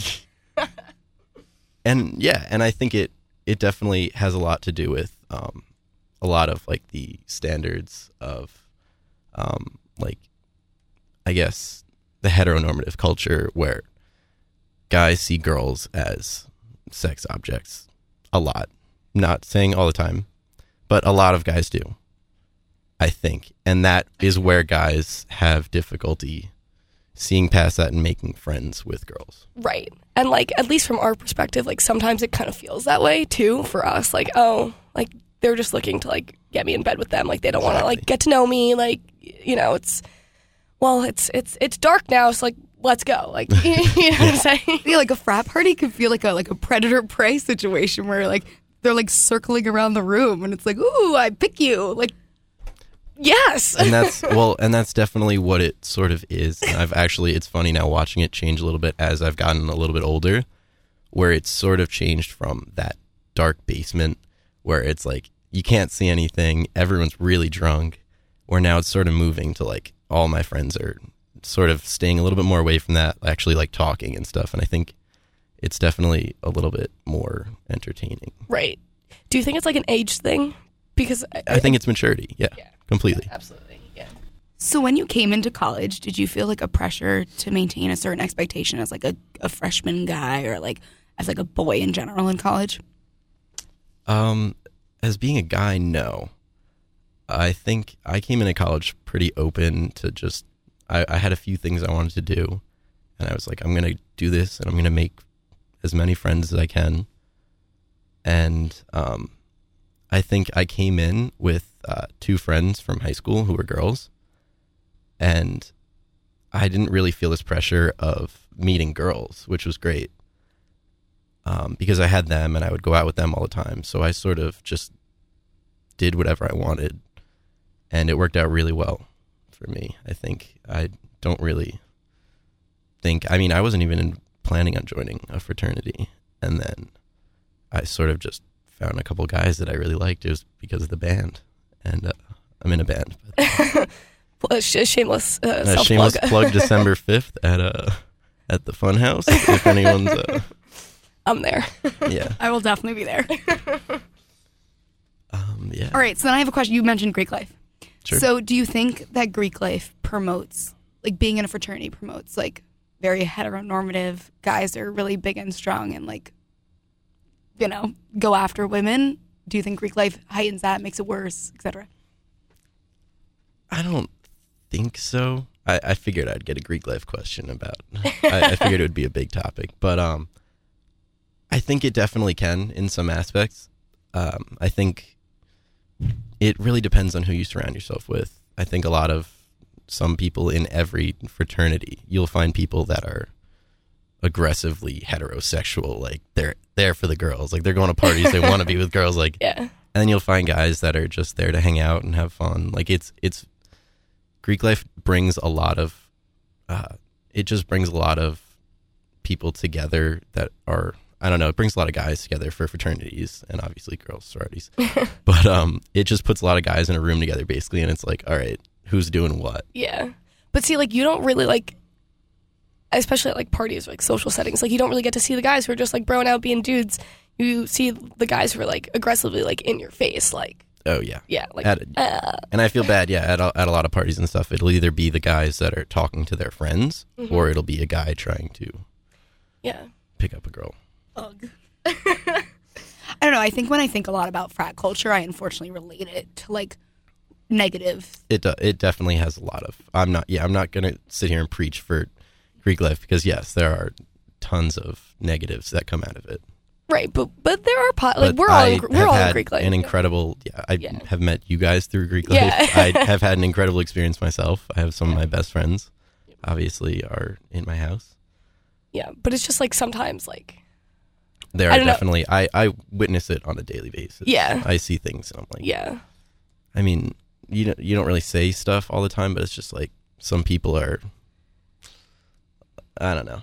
S3: and yeah, and I think it it definitely has a lot to do with um, a lot of like the standards of um, like I guess the heteronormative culture where guys see girls as sex objects a lot. Not saying all the time, but a lot of guys do. I think. And that is where guys have difficulty seeing past that and making friends with girls.
S1: [LAUGHS] Right. And like at least from our perspective, like sometimes it kind of feels that way too for us. Like, oh, like they're just looking to like get me in bed with them. Like they don't want to
S3: Exactly.
S1: like get to know me. Like you know, it's well, it's it's it's dark now. So like let's go. Like, [LAUGHS] you know
S3: [LAUGHS]
S1: what I'm saying?
S2: [LAUGHS] Yeah, like a frat party could feel like a like a predator prey situation where like they're like circling around the room and it's like, ooh, I pick you. Like
S1: Yes.
S3: and that's well and that's definitely what it sort of is And i've actually it's funny now watching it change a little bit as i've gotten a little bit older where it's sort of changed from that dark basement where it's like you can't see anything everyone's really drunk where now it's sort of moving to like all my friends are sort of staying a little bit more away from that actually like talking and stuff and i think it's definitely a little bit more entertaining
S1: Right. Do you think it's like an age thing? Because I,
S3: i think it's maturity yeah, completely
S1: absolutely. Yeah.
S2: so when you came into college, did you feel like a pressure to maintain a certain expectation as like a, a freshman guy or like as like a boy in general in college?
S3: Um, as being a guy, no. I think I came into college pretty open to just. I, I had a few things I wanted to do, and I was like, I'm gonna do this, and I'm gonna make as many friends as I can. And um, I think I came in with uh, two friends from high school who were girls, and I didn't really feel this pressure of meeting girls, which was great um, because I had them and I would go out with them all the time. So I sort of just did whatever I wanted, and it worked out really well for me. I think I don't really think. I mean, I wasn't even in- planning on joining a fraternity, and then I sort of just found a couple guys that I really liked. It was because of the band, and uh, I'm in a band. But,
S1: Well, sh- shameless uh,
S3: uh,
S1: self
S3: shameless
S1: plug.
S3: plug December fifth at uh at the Funhouse. If anyone's uh,
S1: I'm there. [LAUGHS]
S3: yeah
S2: I will definitely be there.
S3: um, yeah.
S2: All right, so then I have a question. You mentioned Greek life.
S3: Sure.
S2: So do you think that Greek life promotes like being in a fraternity promotes like very heteronormative guys that are really big and strong and like you know, go after women? Do you think Greek life heightens that, makes it worse, etc.?
S3: I don't think so. I, I figured I'd get a Greek life question about. I, I figured it would be a big topic, but um, I think it definitely can in some aspects. Um, I think it really depends on who you surround yourself with. I think a lot of some people in every fraternity, you'll find people that are aggressively heterosexual, like they're there for the girls, like they're going to parties, they want to be with girls, like
S1: Yeah.
S3: and then you'll find guys that are just there to hang out and have fun. Like it's it's Greek life brings a lot of uh, it just brings a lot of people together that are I don't know it brings a lot of guys together for fraternities and obviously girls sororities, but um it just puts a lot of guys in a room together basically, and it's like all right who's doing what
S1: Yeah. But see, like, you don't really like, especially at like parties or like social settings, like, you don't really get to see the guys who are just like broing out being dudes. You see the guys who are like aggressively like in your face, like,
S3: oh yeah
S1: yeah, like,
S3: At-
S1: uh,
S3: and I feel bad, yeah, at a, at a lot of parties and stuff. It'll either be the guys that are talking to their friends, or it'll be a guy trying to
S1: yeah.
S3: pick up a girl.
S2: Ugh. [LAUGHS] I don't know. I think when I think a lot about frat culture, I unfortunately relate it to like negative.
S3: it do- it definitely has a lot of i'm not yeah i'm not gonna sit here and preach for greek life because yes there are tons of negatives that come out of it
S1: Right. But, but there are, pot, like,
S3: But
S1: we're all,
S3: I
S1: in, Gr- we're
S3: have
S1: all in
S3: had
S1: Greek life.
S3: an incredible yeah i
S1: Yeah.
S3: have met you guys through greek
S1: Yeah. [LAUGHS]
S3: life i have had an incredible experience myself i have some of my best friends obviously are in my house
S1: yeah. But it's just like sometimes, like,
S3: there
S1: I
S3: are
S1: don't know.
S3: definitely i i witness it on a daily basis
S1: Yeah.
S3: i see things and i'm like
S1: yeah.
S3: i mean you don't you don't really say stuff all the time but it's just like some people are i don't know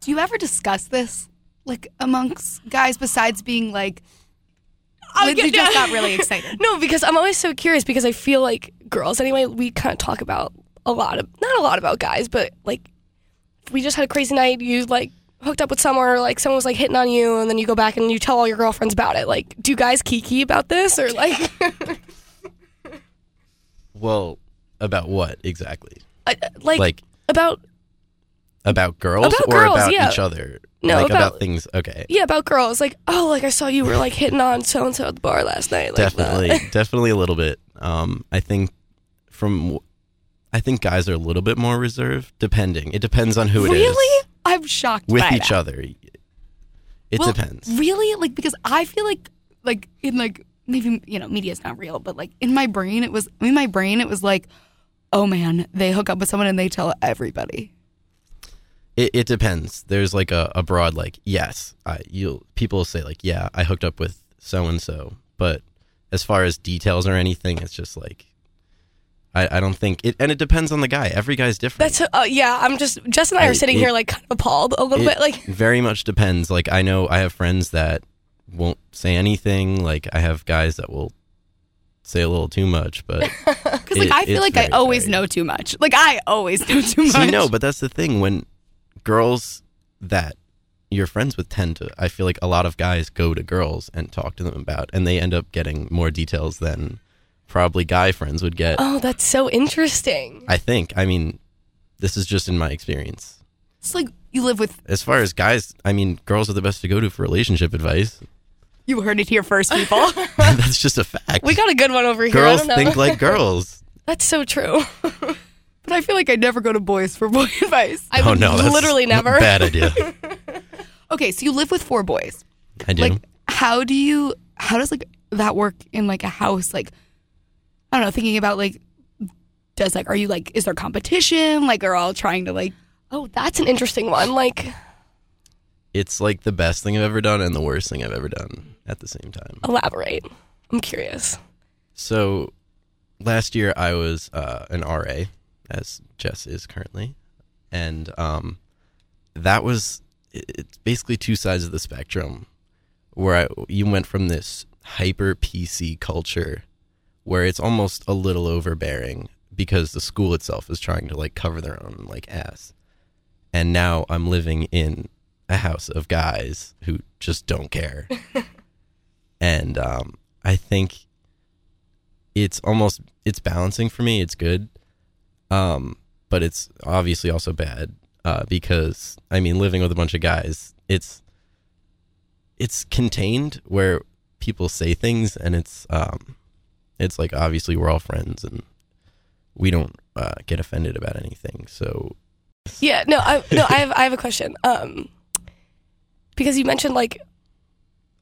S2: Do you ever discuss this like amongst guys besides being like
S1: Oh,
S2: Lindsay
S1: yeah,
S2: just
S1: yeah.
S2: got really excited.
S1: No, because I'm always so curious because I feel like girls anyway, we kind of talk about a lot of not a lot about guys, but like we just had a crazy night, you like hooked up with someone or like someone was like hitting on you and then you go back and you tell all your girlfriends about it. Like, do you guys kiki about this or like [LAUGHS]
S3: Well, about what exactly?
S1: I- uh, like,
S3: Like
S1: about
S3: about girls
S1: About
S3: or
S1: girls,
S3: about
S1: yeah.
S3: each other?
S1: No,
S3: like about,
S1: about-
S3: things. Okay,
S1: yeah, about girls. Like, oh, like I saw you were like hitting on so and so at the bar last night. Like,
S3: definitely,
S1: that.
S3: definitely a little bit. Um, I think from, w- I think guys are a little bit more reserved. Depending, it depends on who it is.
S2: really? I'm shocked
S3: With
S2: by
S3: each
S2: that.
S3: other, it
S2: Well,
S3: depends.
S2: Really? Like because I feel like like in like maybe you know media's not real, but like in my brain it was I mean my brain it was like oh man they hook up with someone and they tell everybody.
S3: It, it depends. There's like a, a broad like yes, I you'll people say like yeah, I hooked up with so and so, but as far as details or anything, it's just like I, I don't think it, and it depends on the guy. Every guy's different.
S1: That's uh, yeah. I'm just Jess and I are
S3: I-
S1: sitting
S3: it-
S1: here like kind of appalled a little
S3: it-
S1: bit. Like [LAUGHS]
S3: very much depends. Like I know I have friends that won't say anything. Like I have guys that will say a little too much, but
S2: Because like
S3: It-
S2: I feel like
S3: it's
S2: I
S3: very
S2: always
S3: varied.
S2: know too much. Like I always know too much.
S3: [LAUGHS] See, no, but that's the thing when girls that you're friends with tend to. I feel like a lot of guys go to girls and talk to them about, and they end up getting more details than probably guy friends would get.
S1: oh, that's so interesting.
S3: I think. I mean, this is just in my experience.
S2: it's like you live with.
S3: As far as guys, I mean, girls are the best to go to for relationship
S1: [LAUGHS]
S3: advice. [LAUGHS]
S2: You heard it here first, people.
S3: that's just a fact.
S1: We got a good one over here.
S3: girls
S1: I don't know.
S3: think like girls.
S1: that's so true.
S2: but I feel like I never go to boys for boy [LAUGHS] advice.
S1: [LAUGHS] I
S3: oh
S1: would
S3: no, that's
S1: literally
S3: a
S1: never. [LAUGHS]
S3: Bad idea.
S2: Okay, so you live with four boys.
S3: I do.
S2: Like, how do you? How does like that work in like a house? Like, I don't know. Thinking about like, does like, are you like, is there competition? Like, are all trying to like?
S1: Oh, that's an interesting one. Like
S3: it's like the best thing I've ever done and the worst thing I've ever done at the same time.
S1: elaborate. I'm curious.
S3: So last year I was uh, an RA, as Jess is currently, and um, that was it- it's basically two sides of the spectrum, where I you went from this hyper PC culture, where it's almost a little overbearing because the school itself is trying to like cover their own like ass, and now I'm living in a house of guys who just don't care, and um, I think it's almost it's balancing for me. It's good, um, but it's obviously also bad uh, because I mean, living with a bunch of guys, it's it's contained where people say things, and it's um, it's like obviously we're all friends and we don't uh, get offended about anything. So
S1: Yeah, no, I no, I have I have a question. Um, because you mentioned like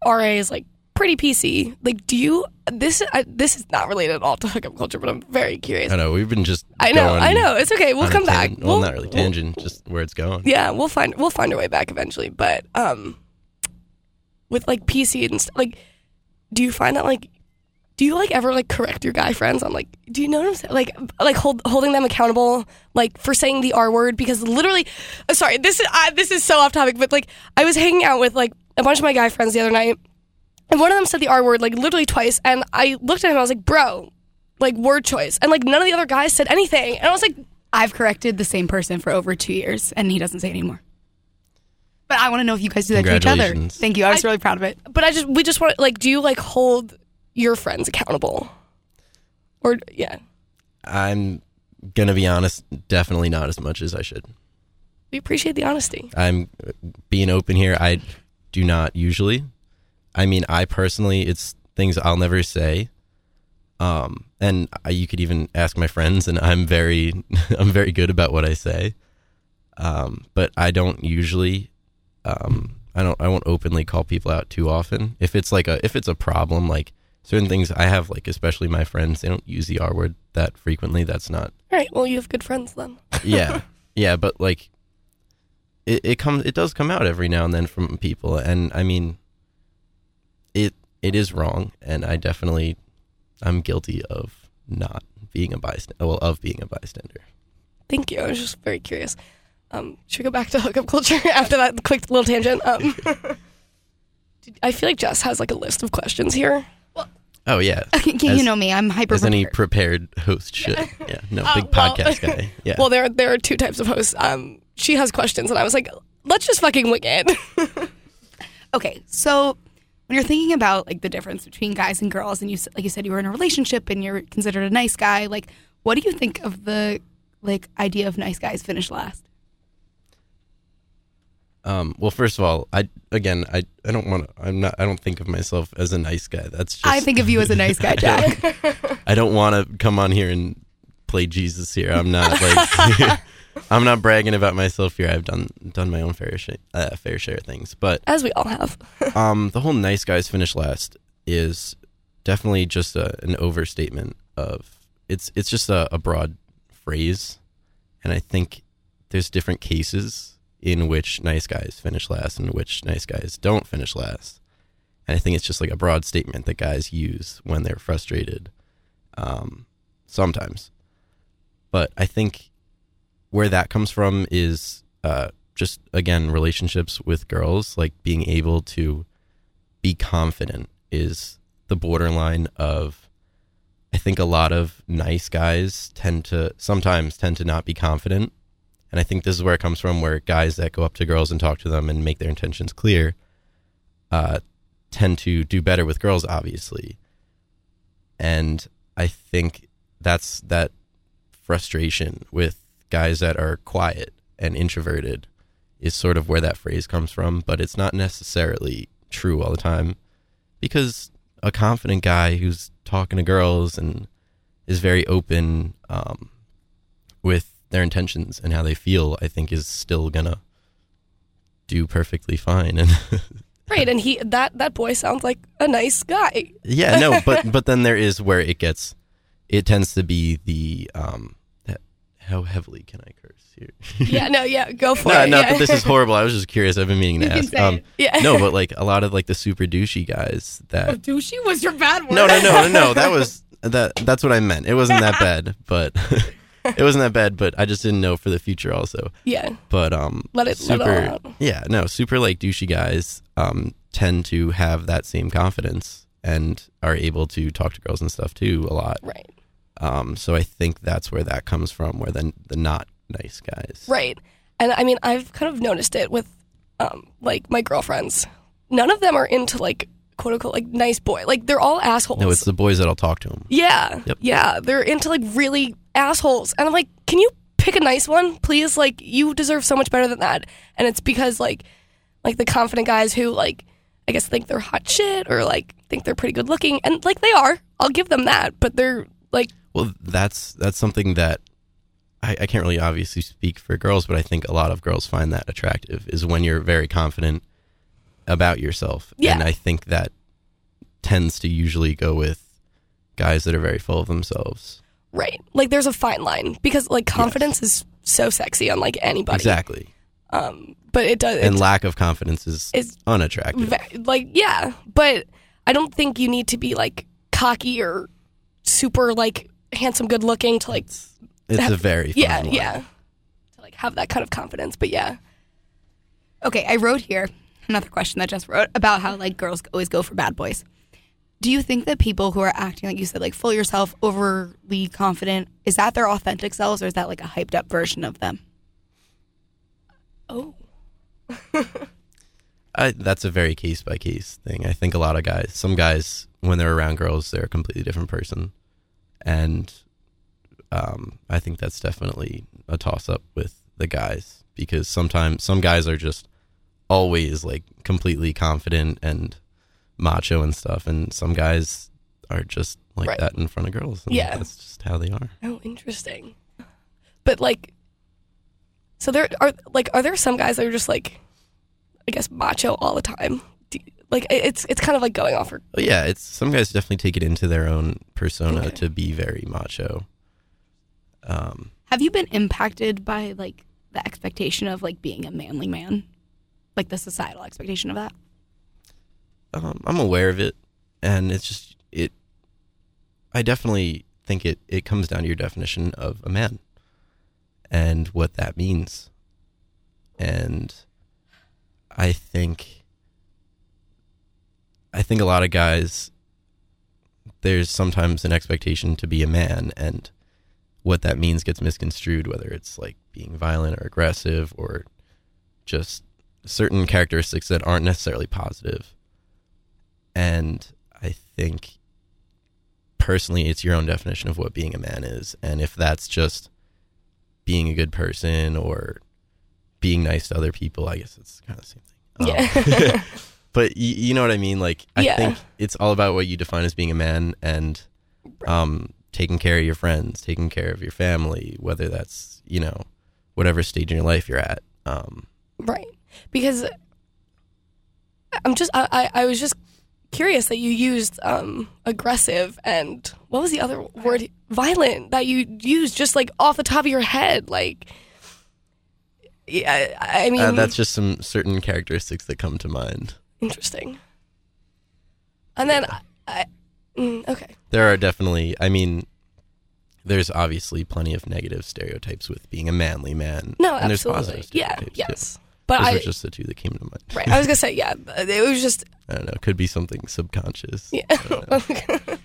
S1: RA is like pretty PC. Like, do you this I, this is not related at all to hookup culture, but I'm very
S3: I
S1: curious.
S3: don't know. We've been just
S1: I know,
S3: going
S1: I know. It's okay. We'll
S3: on a
S1: come back.
S3: tan- Well, not really tangent, just where it's going.
S1: yeah, we'll find we'll find our way back eventually. But um, with like PC and stuff, like, do you find that like, do you like ever like correct your guy friends on like, do you know what I'm saying? Like, like hold holding them accountable like for saying the R word because literally, uh, sorry, this is I this is so off topic, but like I was hanging out with like a bunch of my guy friends the other night, and one of them said the R word like literally twice, and I looked at him, I was like, bro. Like word choice, and like none of the other guys said anything, and I was like,
S2: I've corrected the same person for over two years, and he doesn't say it anymore. But I want to know if you guys do that to each other.
S3: Congratulations.
S2: Thank you. I was really proud of [LAUGHS] it.
S1: but I just we just want like do you like hold your friends accountable? Or yeah,
S3: I'm gonna be honest, definitely not as much as I should.
S1: we appreciate the honesty.
S3: I'm being open here. I do not usually. I mean, I personally, it's things I'll never say. Um, and I, you could even ask my friends, and I'm very, [LAUGHS] I'm very good about what I say. Um, but I don't usually, um, I don't, I won't openly call people out too often. If it's like a, if it's a problem, like certain things I have, like especially my friends, they don't use the R word that frequently. That's not
S1: All right, well you have good friends then.
S3: yeah yeah but like it, it comes it does come out every now and then from people and i mean it it is wrong and i definitely i'm guilty of not being a bystander well of being a bystander
S1: Thank you. I was just very curious. Um, should we go back to [LAUGHS] hookup culture after that quick little tangent? Um, [LAUGHS] did- I feel like Jess has like a list of questions here.
S3: oh yeah
S2: you
S3: As-
S2: know me. I'm hyper.
S3: is any
S2: prepared.
S3: prepared host shit yeah no
S1: Uh,
S3: big
S1: well-
S3: podcast guy yeah
S1: Well, there there are two types of hosts. Um, she has questions, and I was like, let's just fucking wing it. [LAUGHS]
S2: okay, so when you're thinking about like the difference between guys and girls, and you s- like you said you were in a relationship and you're considered a nice guy, like what do you think of the like idea of nice guys finish last?
S3: um well first of all i again i i don't want to i'm not i don't think of myself as a nice guy that's just
S2: I think of you as a nice guy, Jack.
S3: I don't want to come on here and play Jesus here. I'm not like [LAUGHS] I'm not bragging about myself here. I've done done my own fair share, uh, fair share of things, but
S1: As we all have.
S3: um, the whole nice guys finish last is definitely just a, an overstatement of it's it's just a, a broad phrase, and I think there's different cases in which nice guys finish last and which nice guys don't finish last. And I think it's just like a broad statement that guys use when they're frustrated um, sometimes. But I think where that comes from is uh, just, again, relationships with girls, like being able to be confident is the borderline of I think a lot of nice guys tend to sometimes tend to not be confident. And I think this is where it comes from where guys that go up to girls and talk to them and make their intentions clear uh, tend to do better with girls, obviously. And I think that's that frustration with guys that are quiet and introverted is sort of where that phrase comes from, but it's not necessarily true all the time because a confident guy who's talking to girls and is very open um, with their intentions and how they feel, I think is still gonna do perfectly fine. And [LAUGHS]
S1: Right, and he that that boy sounds like a nice
S3: [LAUGHS]
S1: guy.
S3: yeah, no,
S2: [LAUGHS]
S3: but but then there is where it gets, it tends to be the um, he- how heavily can I curse here? [LAUGHS]
S1: Yeah, no, yeah, go for
S3: no,
S1: it.
S3: not
S1: yeah.
S3: that this is horrible. I was just curious. I've been meaning to
S2: You can
S3: ask.
S2: say
S3: Um,
S2: it.
S1: [LAUGHS] yeah.
S3: no, but like a lot of like the super douchey guys
S1: [LAUGHS]
S3: that
S2: Oh, douchey was your bad word.
S3: No, no, no, no, no. That was that. That's what I meant. It wasn't that bad, but [LAUGHS] it wasn't that bad. But I just didn't know for the future, also.
S1: yeah,
S3: But um,
S1: Let it- let it
S3: super.
S1: all out.
S3: Yeah, no, super like douchey guys um tend to have that same confidence and are able to talk to girls and stuff too a lot.
S1: right,
S3: Um, so I think that's where that comes from, where then the not nice guys.
S1: right. And I mean, I've kind of noticed it with, um, like my girlfriends. None of them are into like quote unquote like nice boy. Like they're all assholes.
S3: No, it's the boys that'll talk to them.
S1: yeah,
S3: Yep.
S1: yeah. They're into like really assholes, and I'm like, can you pick a nice one, please? Like you deserve so much better than that. And it's because like, like the confident guys who like, I guess think they're hot shit or like think they're pretty good looking, and like they are. I'll give them that, but they're like,
S3: Well, that's that's something that I, I can't really obviously speak for girls, but I think a lot of girls find that attractive is when you're very confident about yourself.
S1: Yeah.
S3: And I think that tends to usually go with guys that are very full of themselves.
S1: Right. Like there's a fine line because like confidence is so sexy on like anybody.
S3: Exactly.
S1: Um but it does
S3: And
S1: it's,
S3: lack of confidence is
S1: it's
S3: unattractive.
S1: ve- like yeah, but I don't think you need to be like cocky or super like handsome good looking to like
S3: it's it's a very fine
S1: yeah,
S3: line.
S1: yeah. To like have that kind of confidence, but yeah.
S2: Okay, I wrote here another question that I just wrote about how like girls always go for bad boys. Do you think that people who are acting like you said, like full yourself, overly confident, is that their authentic selves, or is that like a hyped up version of them?
S1: Oh.
S3: I, that's a very case by case thing. I think a lot of guys, some guys, when they're around girls, they're a completely different person, and um, I think that's definitely a toss up with the guys because sometimes some guys are just always like completely confident and macho and stuff, and some guys are just like
S1: Right.
S3: that in front of girls. And
S1: Yeah.
S3: that's just how they are.
S1: Oh, interesting. But like so there are like are there some guys that are just like I guess macho all the time? Do, like it- it's it's kind of like going off her.
S3: But yeah, it's some guys definitely take it into their own persona
S1: Okay.
S3: to be very macho. Um,
S2: Have you been impacted by like the expectation of like being a manly man, like the societal expectation of that?
S3: um, I'm aware of it, and it's just it. I definitely think it it comes down to your definition of a man, and what that means, and I think I think a lot of guys there's sometimes an expectation to be a man and what that means gets misconstrued whether it's like being violent or aggressive or just certain characteristics that aren't necessarily positive and I think personally, it's your own definition of what being a man is. And if that's just being a good person or being nice to other people, I guess it's kind of the same thing.
S1: Yeah.
S3: Um, [LAUGHS] but you, you know what I mean? Like, I
S1: Yeah.
S3: think it's all about what you define as being a man and um, taking care of your friends, taking care of your family, whether that's, you know, whatever stage in your life you're at. Um,
S1: Right. Because I'm just I, I, I was just curious that you used um aggressive and what was the other word violent that you used just like off the top of your head like yeah, I I mean,
S3: Uh, that's just some certain characteristics that come to mind.
S1: interesting. And then, I, I, mm, okay,
S3: There are definitely, I mean, there's obviously plenty of negative stereotypes with being a manly man.
S1: no,
S3: and there's
S1: absolutely,
S3: positive
S1: yeah,
S3: stereotypes, too.
S1: yes. But
S3: Those
S1: I,
S3: are just the two that came to mind.
S1: right, I was gonna say, yeah, it was just,
S3: I don't know. It could be something subconscious.
S1: yeah.
S3: I don't know.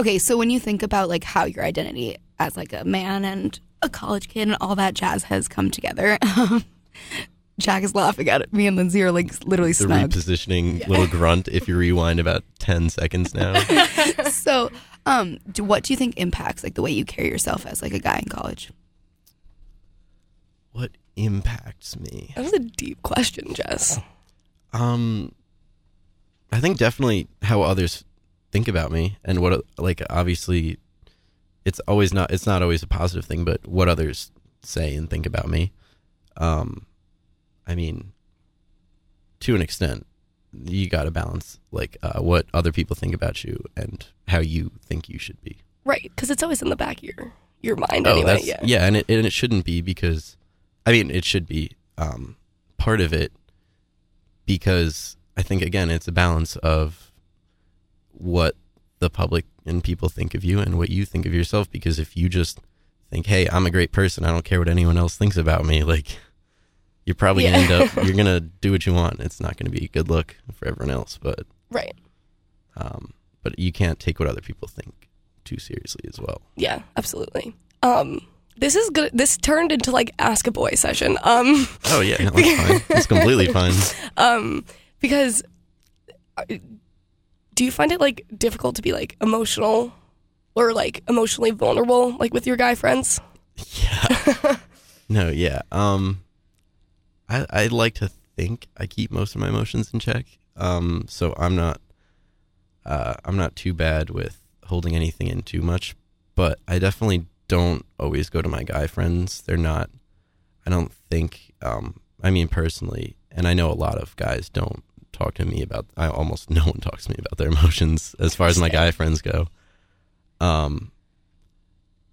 S2: Okay, so when you think about like how your identity as like a man and a college kid and all that jazz has come together, [LAUGHS] Jack is laughing at it. me and Lindsay are like literally
S3: the
S2: snug.
S3: repositioning little grunt, if you rewind about 10 seconds now.
S2: [LAUGHS] so, um, do, what do you think impacts like the way you carry yourself as like a guy in college?
S3: what impacts me?
S1: That was a deep question,
S3: Oh.
S1: Jess.
S3: Um, I think definitely how others think about me and what like obviously it's always not it's not always a positive thing, but what others say and think about me. Um, I mean, to an extent, you got to balance like uh, what other people think about you and how you think you should be.
S1: Right, because it's always in the back of your your mind
S3: Oh,
S1: anyway.
S3: that's
S1: Yeah.
S3: and it and it shouldn't be because, I mean, it should be um, part of it because I think again it's a balance of what the public and people think of you and what you think of yourself. Because if you just think, "Hey, I'm a great person. I don't care what anyone else thinks about me," [LAUGHS] like you're probably
S1: Yeah.
S3: gonna [LAUGHS] end up you're gonna do what you want. It's not gonna be a good look for everyone else, but
S1: Right.
S3: um, but you can't take what other people think too seriously as well.
S1: Yeah. Absolutely. Um, this is good. This turned into like ask a boy session. Um, [LAUGHS]
S3: Oh yeah, no, [LAUGHS] that's fine. It's completely fine.
S1: um, because uh, do you find it like difficult to be like emotional or like emotionally vulnerable like with your guy friends?
S3: Yeah. [LAUGHS] no, yeah. Um I I like to think I keep most of my emotions in check. Um so I'm not uh I'm not too bad with holding anything in too much, but I definitely don't always go to my guy friends. They're not I don't think um I mean personally, and I know a lot of guys don't talk to me about I almost [LAUGHS] no one talks to me about their emotions as far as my guy friends go. Um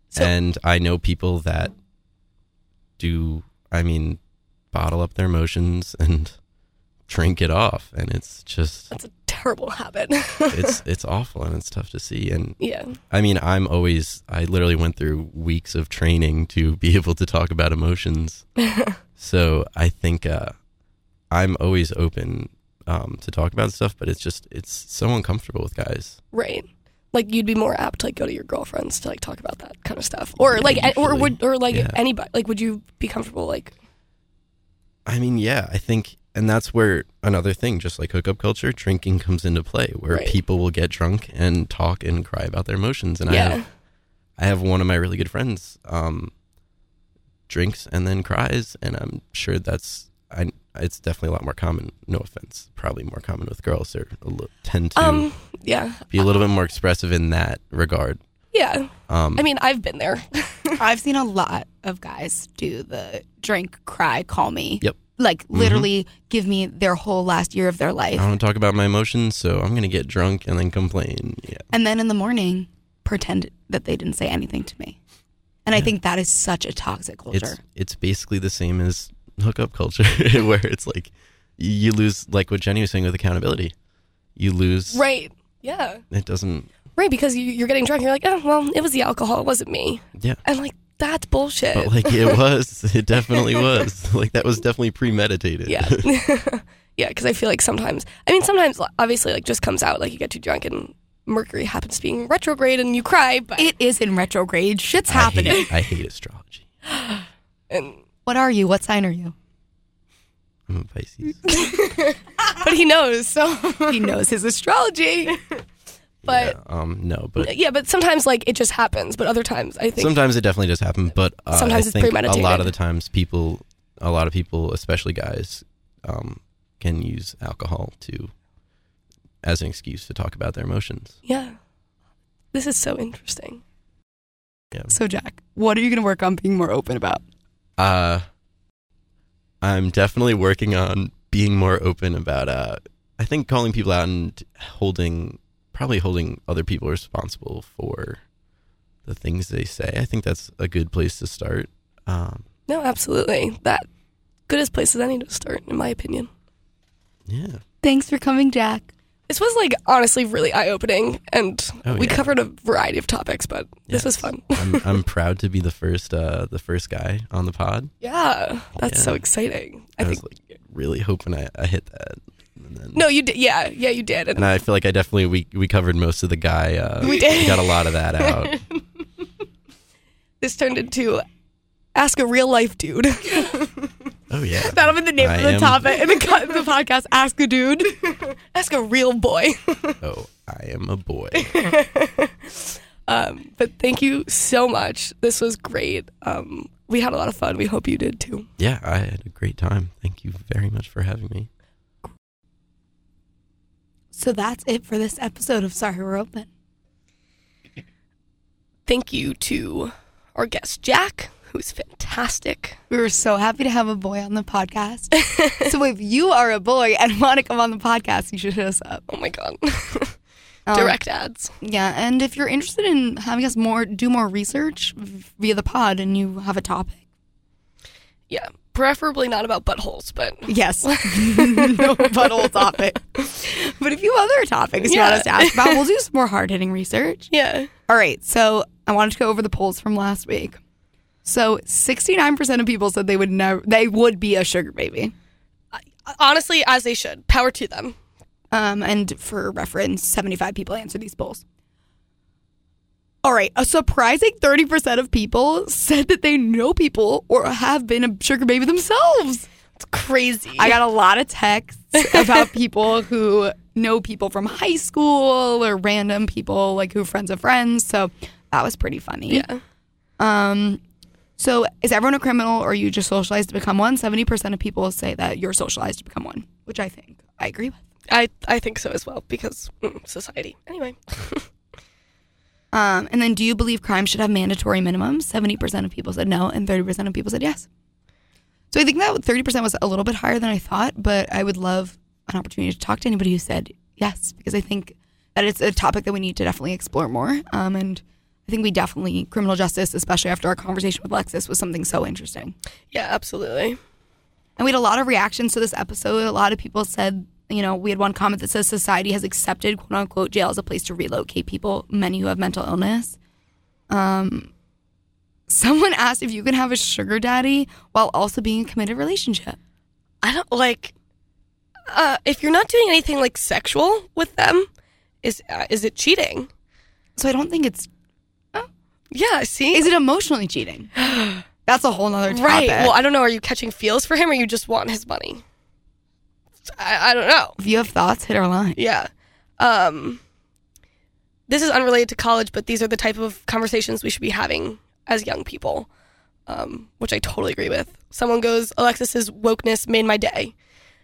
S1: So-
S3: and I know people that do I mean bottle up their emotions and [LAUGHS] drink it off and it's just
S1: That's a terrible habit. [LAUGHS]
S3: it's it's awful and it's tough to see and
S1: yeah.
S3: I mean I'm always I literally went through weeks of training to be able to talk about emotions so I think uh I'm always open um to talk about stuff but it's just it's so uncomfortable with guys
S1: Right. Like you'd be more apt to like go to your girlfriends to like talk about that kind of stuff, or like a- or
S3: usually.
S1: would or like
S3: Yeah.
S1: anybody like would you be comfortable like
S3: I mean, yeah, I think, and that's where another thing, just like hookup culture, drinking comes into play, where
S1: Right.
S3: people will get drunk and talk and cry about their emotions. And I,
S1: yeah
S3: have, I have one of my really good friends, um, drinks and then cries, and I'm sure that's, I, it's definitely a lot more common. No offense, probably more common with girls. They're a li- tend to
S1: um yeah
S3: be a little bit more expressive in that regard.
S1: yeah
S3: Um,
S1: I mean I've been there [LAUGHS]
S2: I've seen a lot of guys do the drink, cry, call me.
S3: Yep. Mm-hmm.
S2: Like literally give me their whole last year of their life.
S3: I don't talk about my emotions, so I'm gonna get drunk and then complain. Yeah.
S2: and then in the morning pretend that they didn't say anything to me. And I think that is such a toxic culture.
S3: it's it's basically the same as hookup culture [LAUGHS] where it's like you lose like what Jenny was saying with accountability. You lose
S1: right yeah
S3: it doesn't
S1: right because you, you're getting drunk and you're like oh well it was the alcohol it wasn't me [LAUGHS]
S3: yeah.
S1: and like that's bullshit
S3: But like it was. It definitely was. [LAUGHS] Like that was definitely premeditated.
S1: yeah [LAUGHS] yeah [LAUGHS] because I feel like sometimes I mean sometimes obviously like just comes out like you get too drunk and Mercury happens to be in retrograde and you cry but
S2: It is in retrograde. Shit's
S3: [LAUGHS] I hate-
S2: happening.
S3: I hate astrology.
S1: and,
S2: What are you? What sign are you?
S3: I'm a Pisces.
S1: but he knows so
S2: [LAUGHS] He knows his astrology.
S1: [LAUGHS] but
S3: Yeah, um no, but
S1: yeah but sometimes like it just happens but other times I think
S3: sometimes it definitely does happen, but uh,
S1: Sometimes
S3: I
S1: it's
S3: think a lot
S1: premeditated.
S3: of the times people a lot of people, especially guys, um, can use alcohol to as an excuse to talk about their emotions.
S1: yeah this is so interesting
S2: So, Jack, what are you going to work on being more open about?
S3: Uh, I'm definitely working on being more open about. Uh, I think calling people out and holding, probably holding other people responsible for the things they say. I think that's a good place to start. Um,
S1: No, absolutely. That good as place as any to start, in my opinion.
S3: Yeah.
S2: Thanks for coming, Jack.
S1: This was like honestly really eye opening, and
S3: Oh,
S1: we
S3: yeah.
S1: covered a variety of topics, but this was
S3: Yes.
S1: fun.
S3: [LAUGHS] I'm I'm proud to be the first uh the first guy on the pod.
S1: [LAUGHS] Yeah, that's
S3: Yeah.
S1: so exciting.
S3: I,
S1: I think
S3: was like really hoping I, I hit that. And then
S1: no, you did. Yeah, yeah, you did. And
S3: and I feel like I definitely we we covered most of the guy uh
S1: We did.
S3: got a lot of that out.
S1: this turned into ask a real life
S3: [LAUGHS]
S1: dude.
S3: Oh yeah.
S2: That'll be the name
S3: I
S2: of the
S3: am-
S2: topic in the, co- the podcast. Ask a
S3: [LAUGHS]
S2: dude.
S1: ask a real boy.
S3: Oh, I am a boy. [LAUGHS]
S1: Um, but thank you so much. This was great. Um, we had a lot of fun. We hope you did too.
S3: Yeah, I had a great time. Thank you very much for having me.
S2: So that's it for this episode of Sorry We're Open.
S1: Thank you to our guest Jack, who's fantastic.
S2: We were so happy to have a boy on the [LAUGHS] podcast. so if you are a boy and want to come on the podcast, you should hit us up.
S1: Oh my god,
S2: Um,
S1: direct ads.
S2: Yeah, and if you're interested in having us more do more research via the pod and you have a topic.
S1: Yeah, preferably not about buttholes, but [LAUGHS]
S2: Yes. no butthole topic. But if you have other topics you want us to
S1: Yeah.
S2: ask about, we'll do some more hard hitting research.
S1: yeah,
S2: All right, so I wanted to go over the polls from last week. So sixty nine percent of people said they would never they would be a sugar baby.
S1: Uh, honestly, as they should. Power to them.
S2: Um, and for reference, 75 people answered these polls. All right, a surprising 30% of people said that they know people or have been a sugar baby themselves.
S1: It's crazy.
S2: I got a lot of texts about people who know people from high school or random people like who are friends of friends. So that was pretty funny.
S1: yeah.
S2: Um, so is everyone a criminal or are you just socialized to become one? 70% of people say that you're socialized to become one, which I think I agree with.
S1: I I think so as well because mm, society. Anyway,
S2: Um, and then, do you believe crime should have mandatory minimums? Seventy percent of people said no, and thirty percent of people said yes. So I think that thirty percent was a little bit higher than I thought, but I would love an opportunity to talk to anybody who said yes because I think that it's a topic that we need to definitely explore more. Um, and I think we definitely criminal justice, especially after our conversation with Lexus, was something so interesting.
S1: yeah, absolutely.
S2: And we had a lot of reactions to this episode. A lot of people said, you know, we had one comment that says society has accepted quote unquote jail as a place to relocate people, many who have mental illness. Um, someone asked if you can have a sugar daddy while also being in a committed relationship.
S1: I don't like uh, if you're not doing anything like sexual with them. Is uh, is it cheating?
S2: So I don't think it's
S1: Yeah. See.
S2: is it emotionally
S1: [GASPS]
S2: cheating? That's a whole nother topic.
S1: right. Well, I don't know. Are you catching feels for him, or you just want his money? I, I don't know.
S2: if you have thoughts, hit our line.
S1: Yeah. Um, this is unrelated to college, but these are the type of conversations we should be having as young people, um, which I totally agree with. Someone goes, Alexis's wokeness made my day.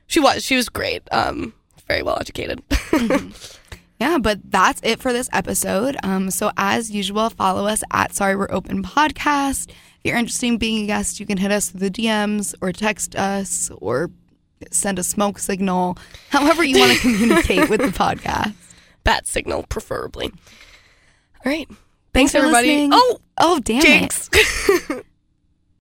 S1: She was. She was great. Um, very well educated.
S2: Mm-hmm. Yeah, but that's it for this episode. Um, so as usual, follow us at Sorry We're Open Podcast. If you're interested in being a guest, you can hit us through the DMs or text us or send a smoke signal, however
S1: [LAUGHS]
S2: you want to communicate with the podcast.
S1: [LAUGHS] Bat signal, preferably. All right.
S2: Thanks,
S1: everybody.
S2: listening.
S1: Oh,
S2: oh, damn
S1: jinx.
S2: it!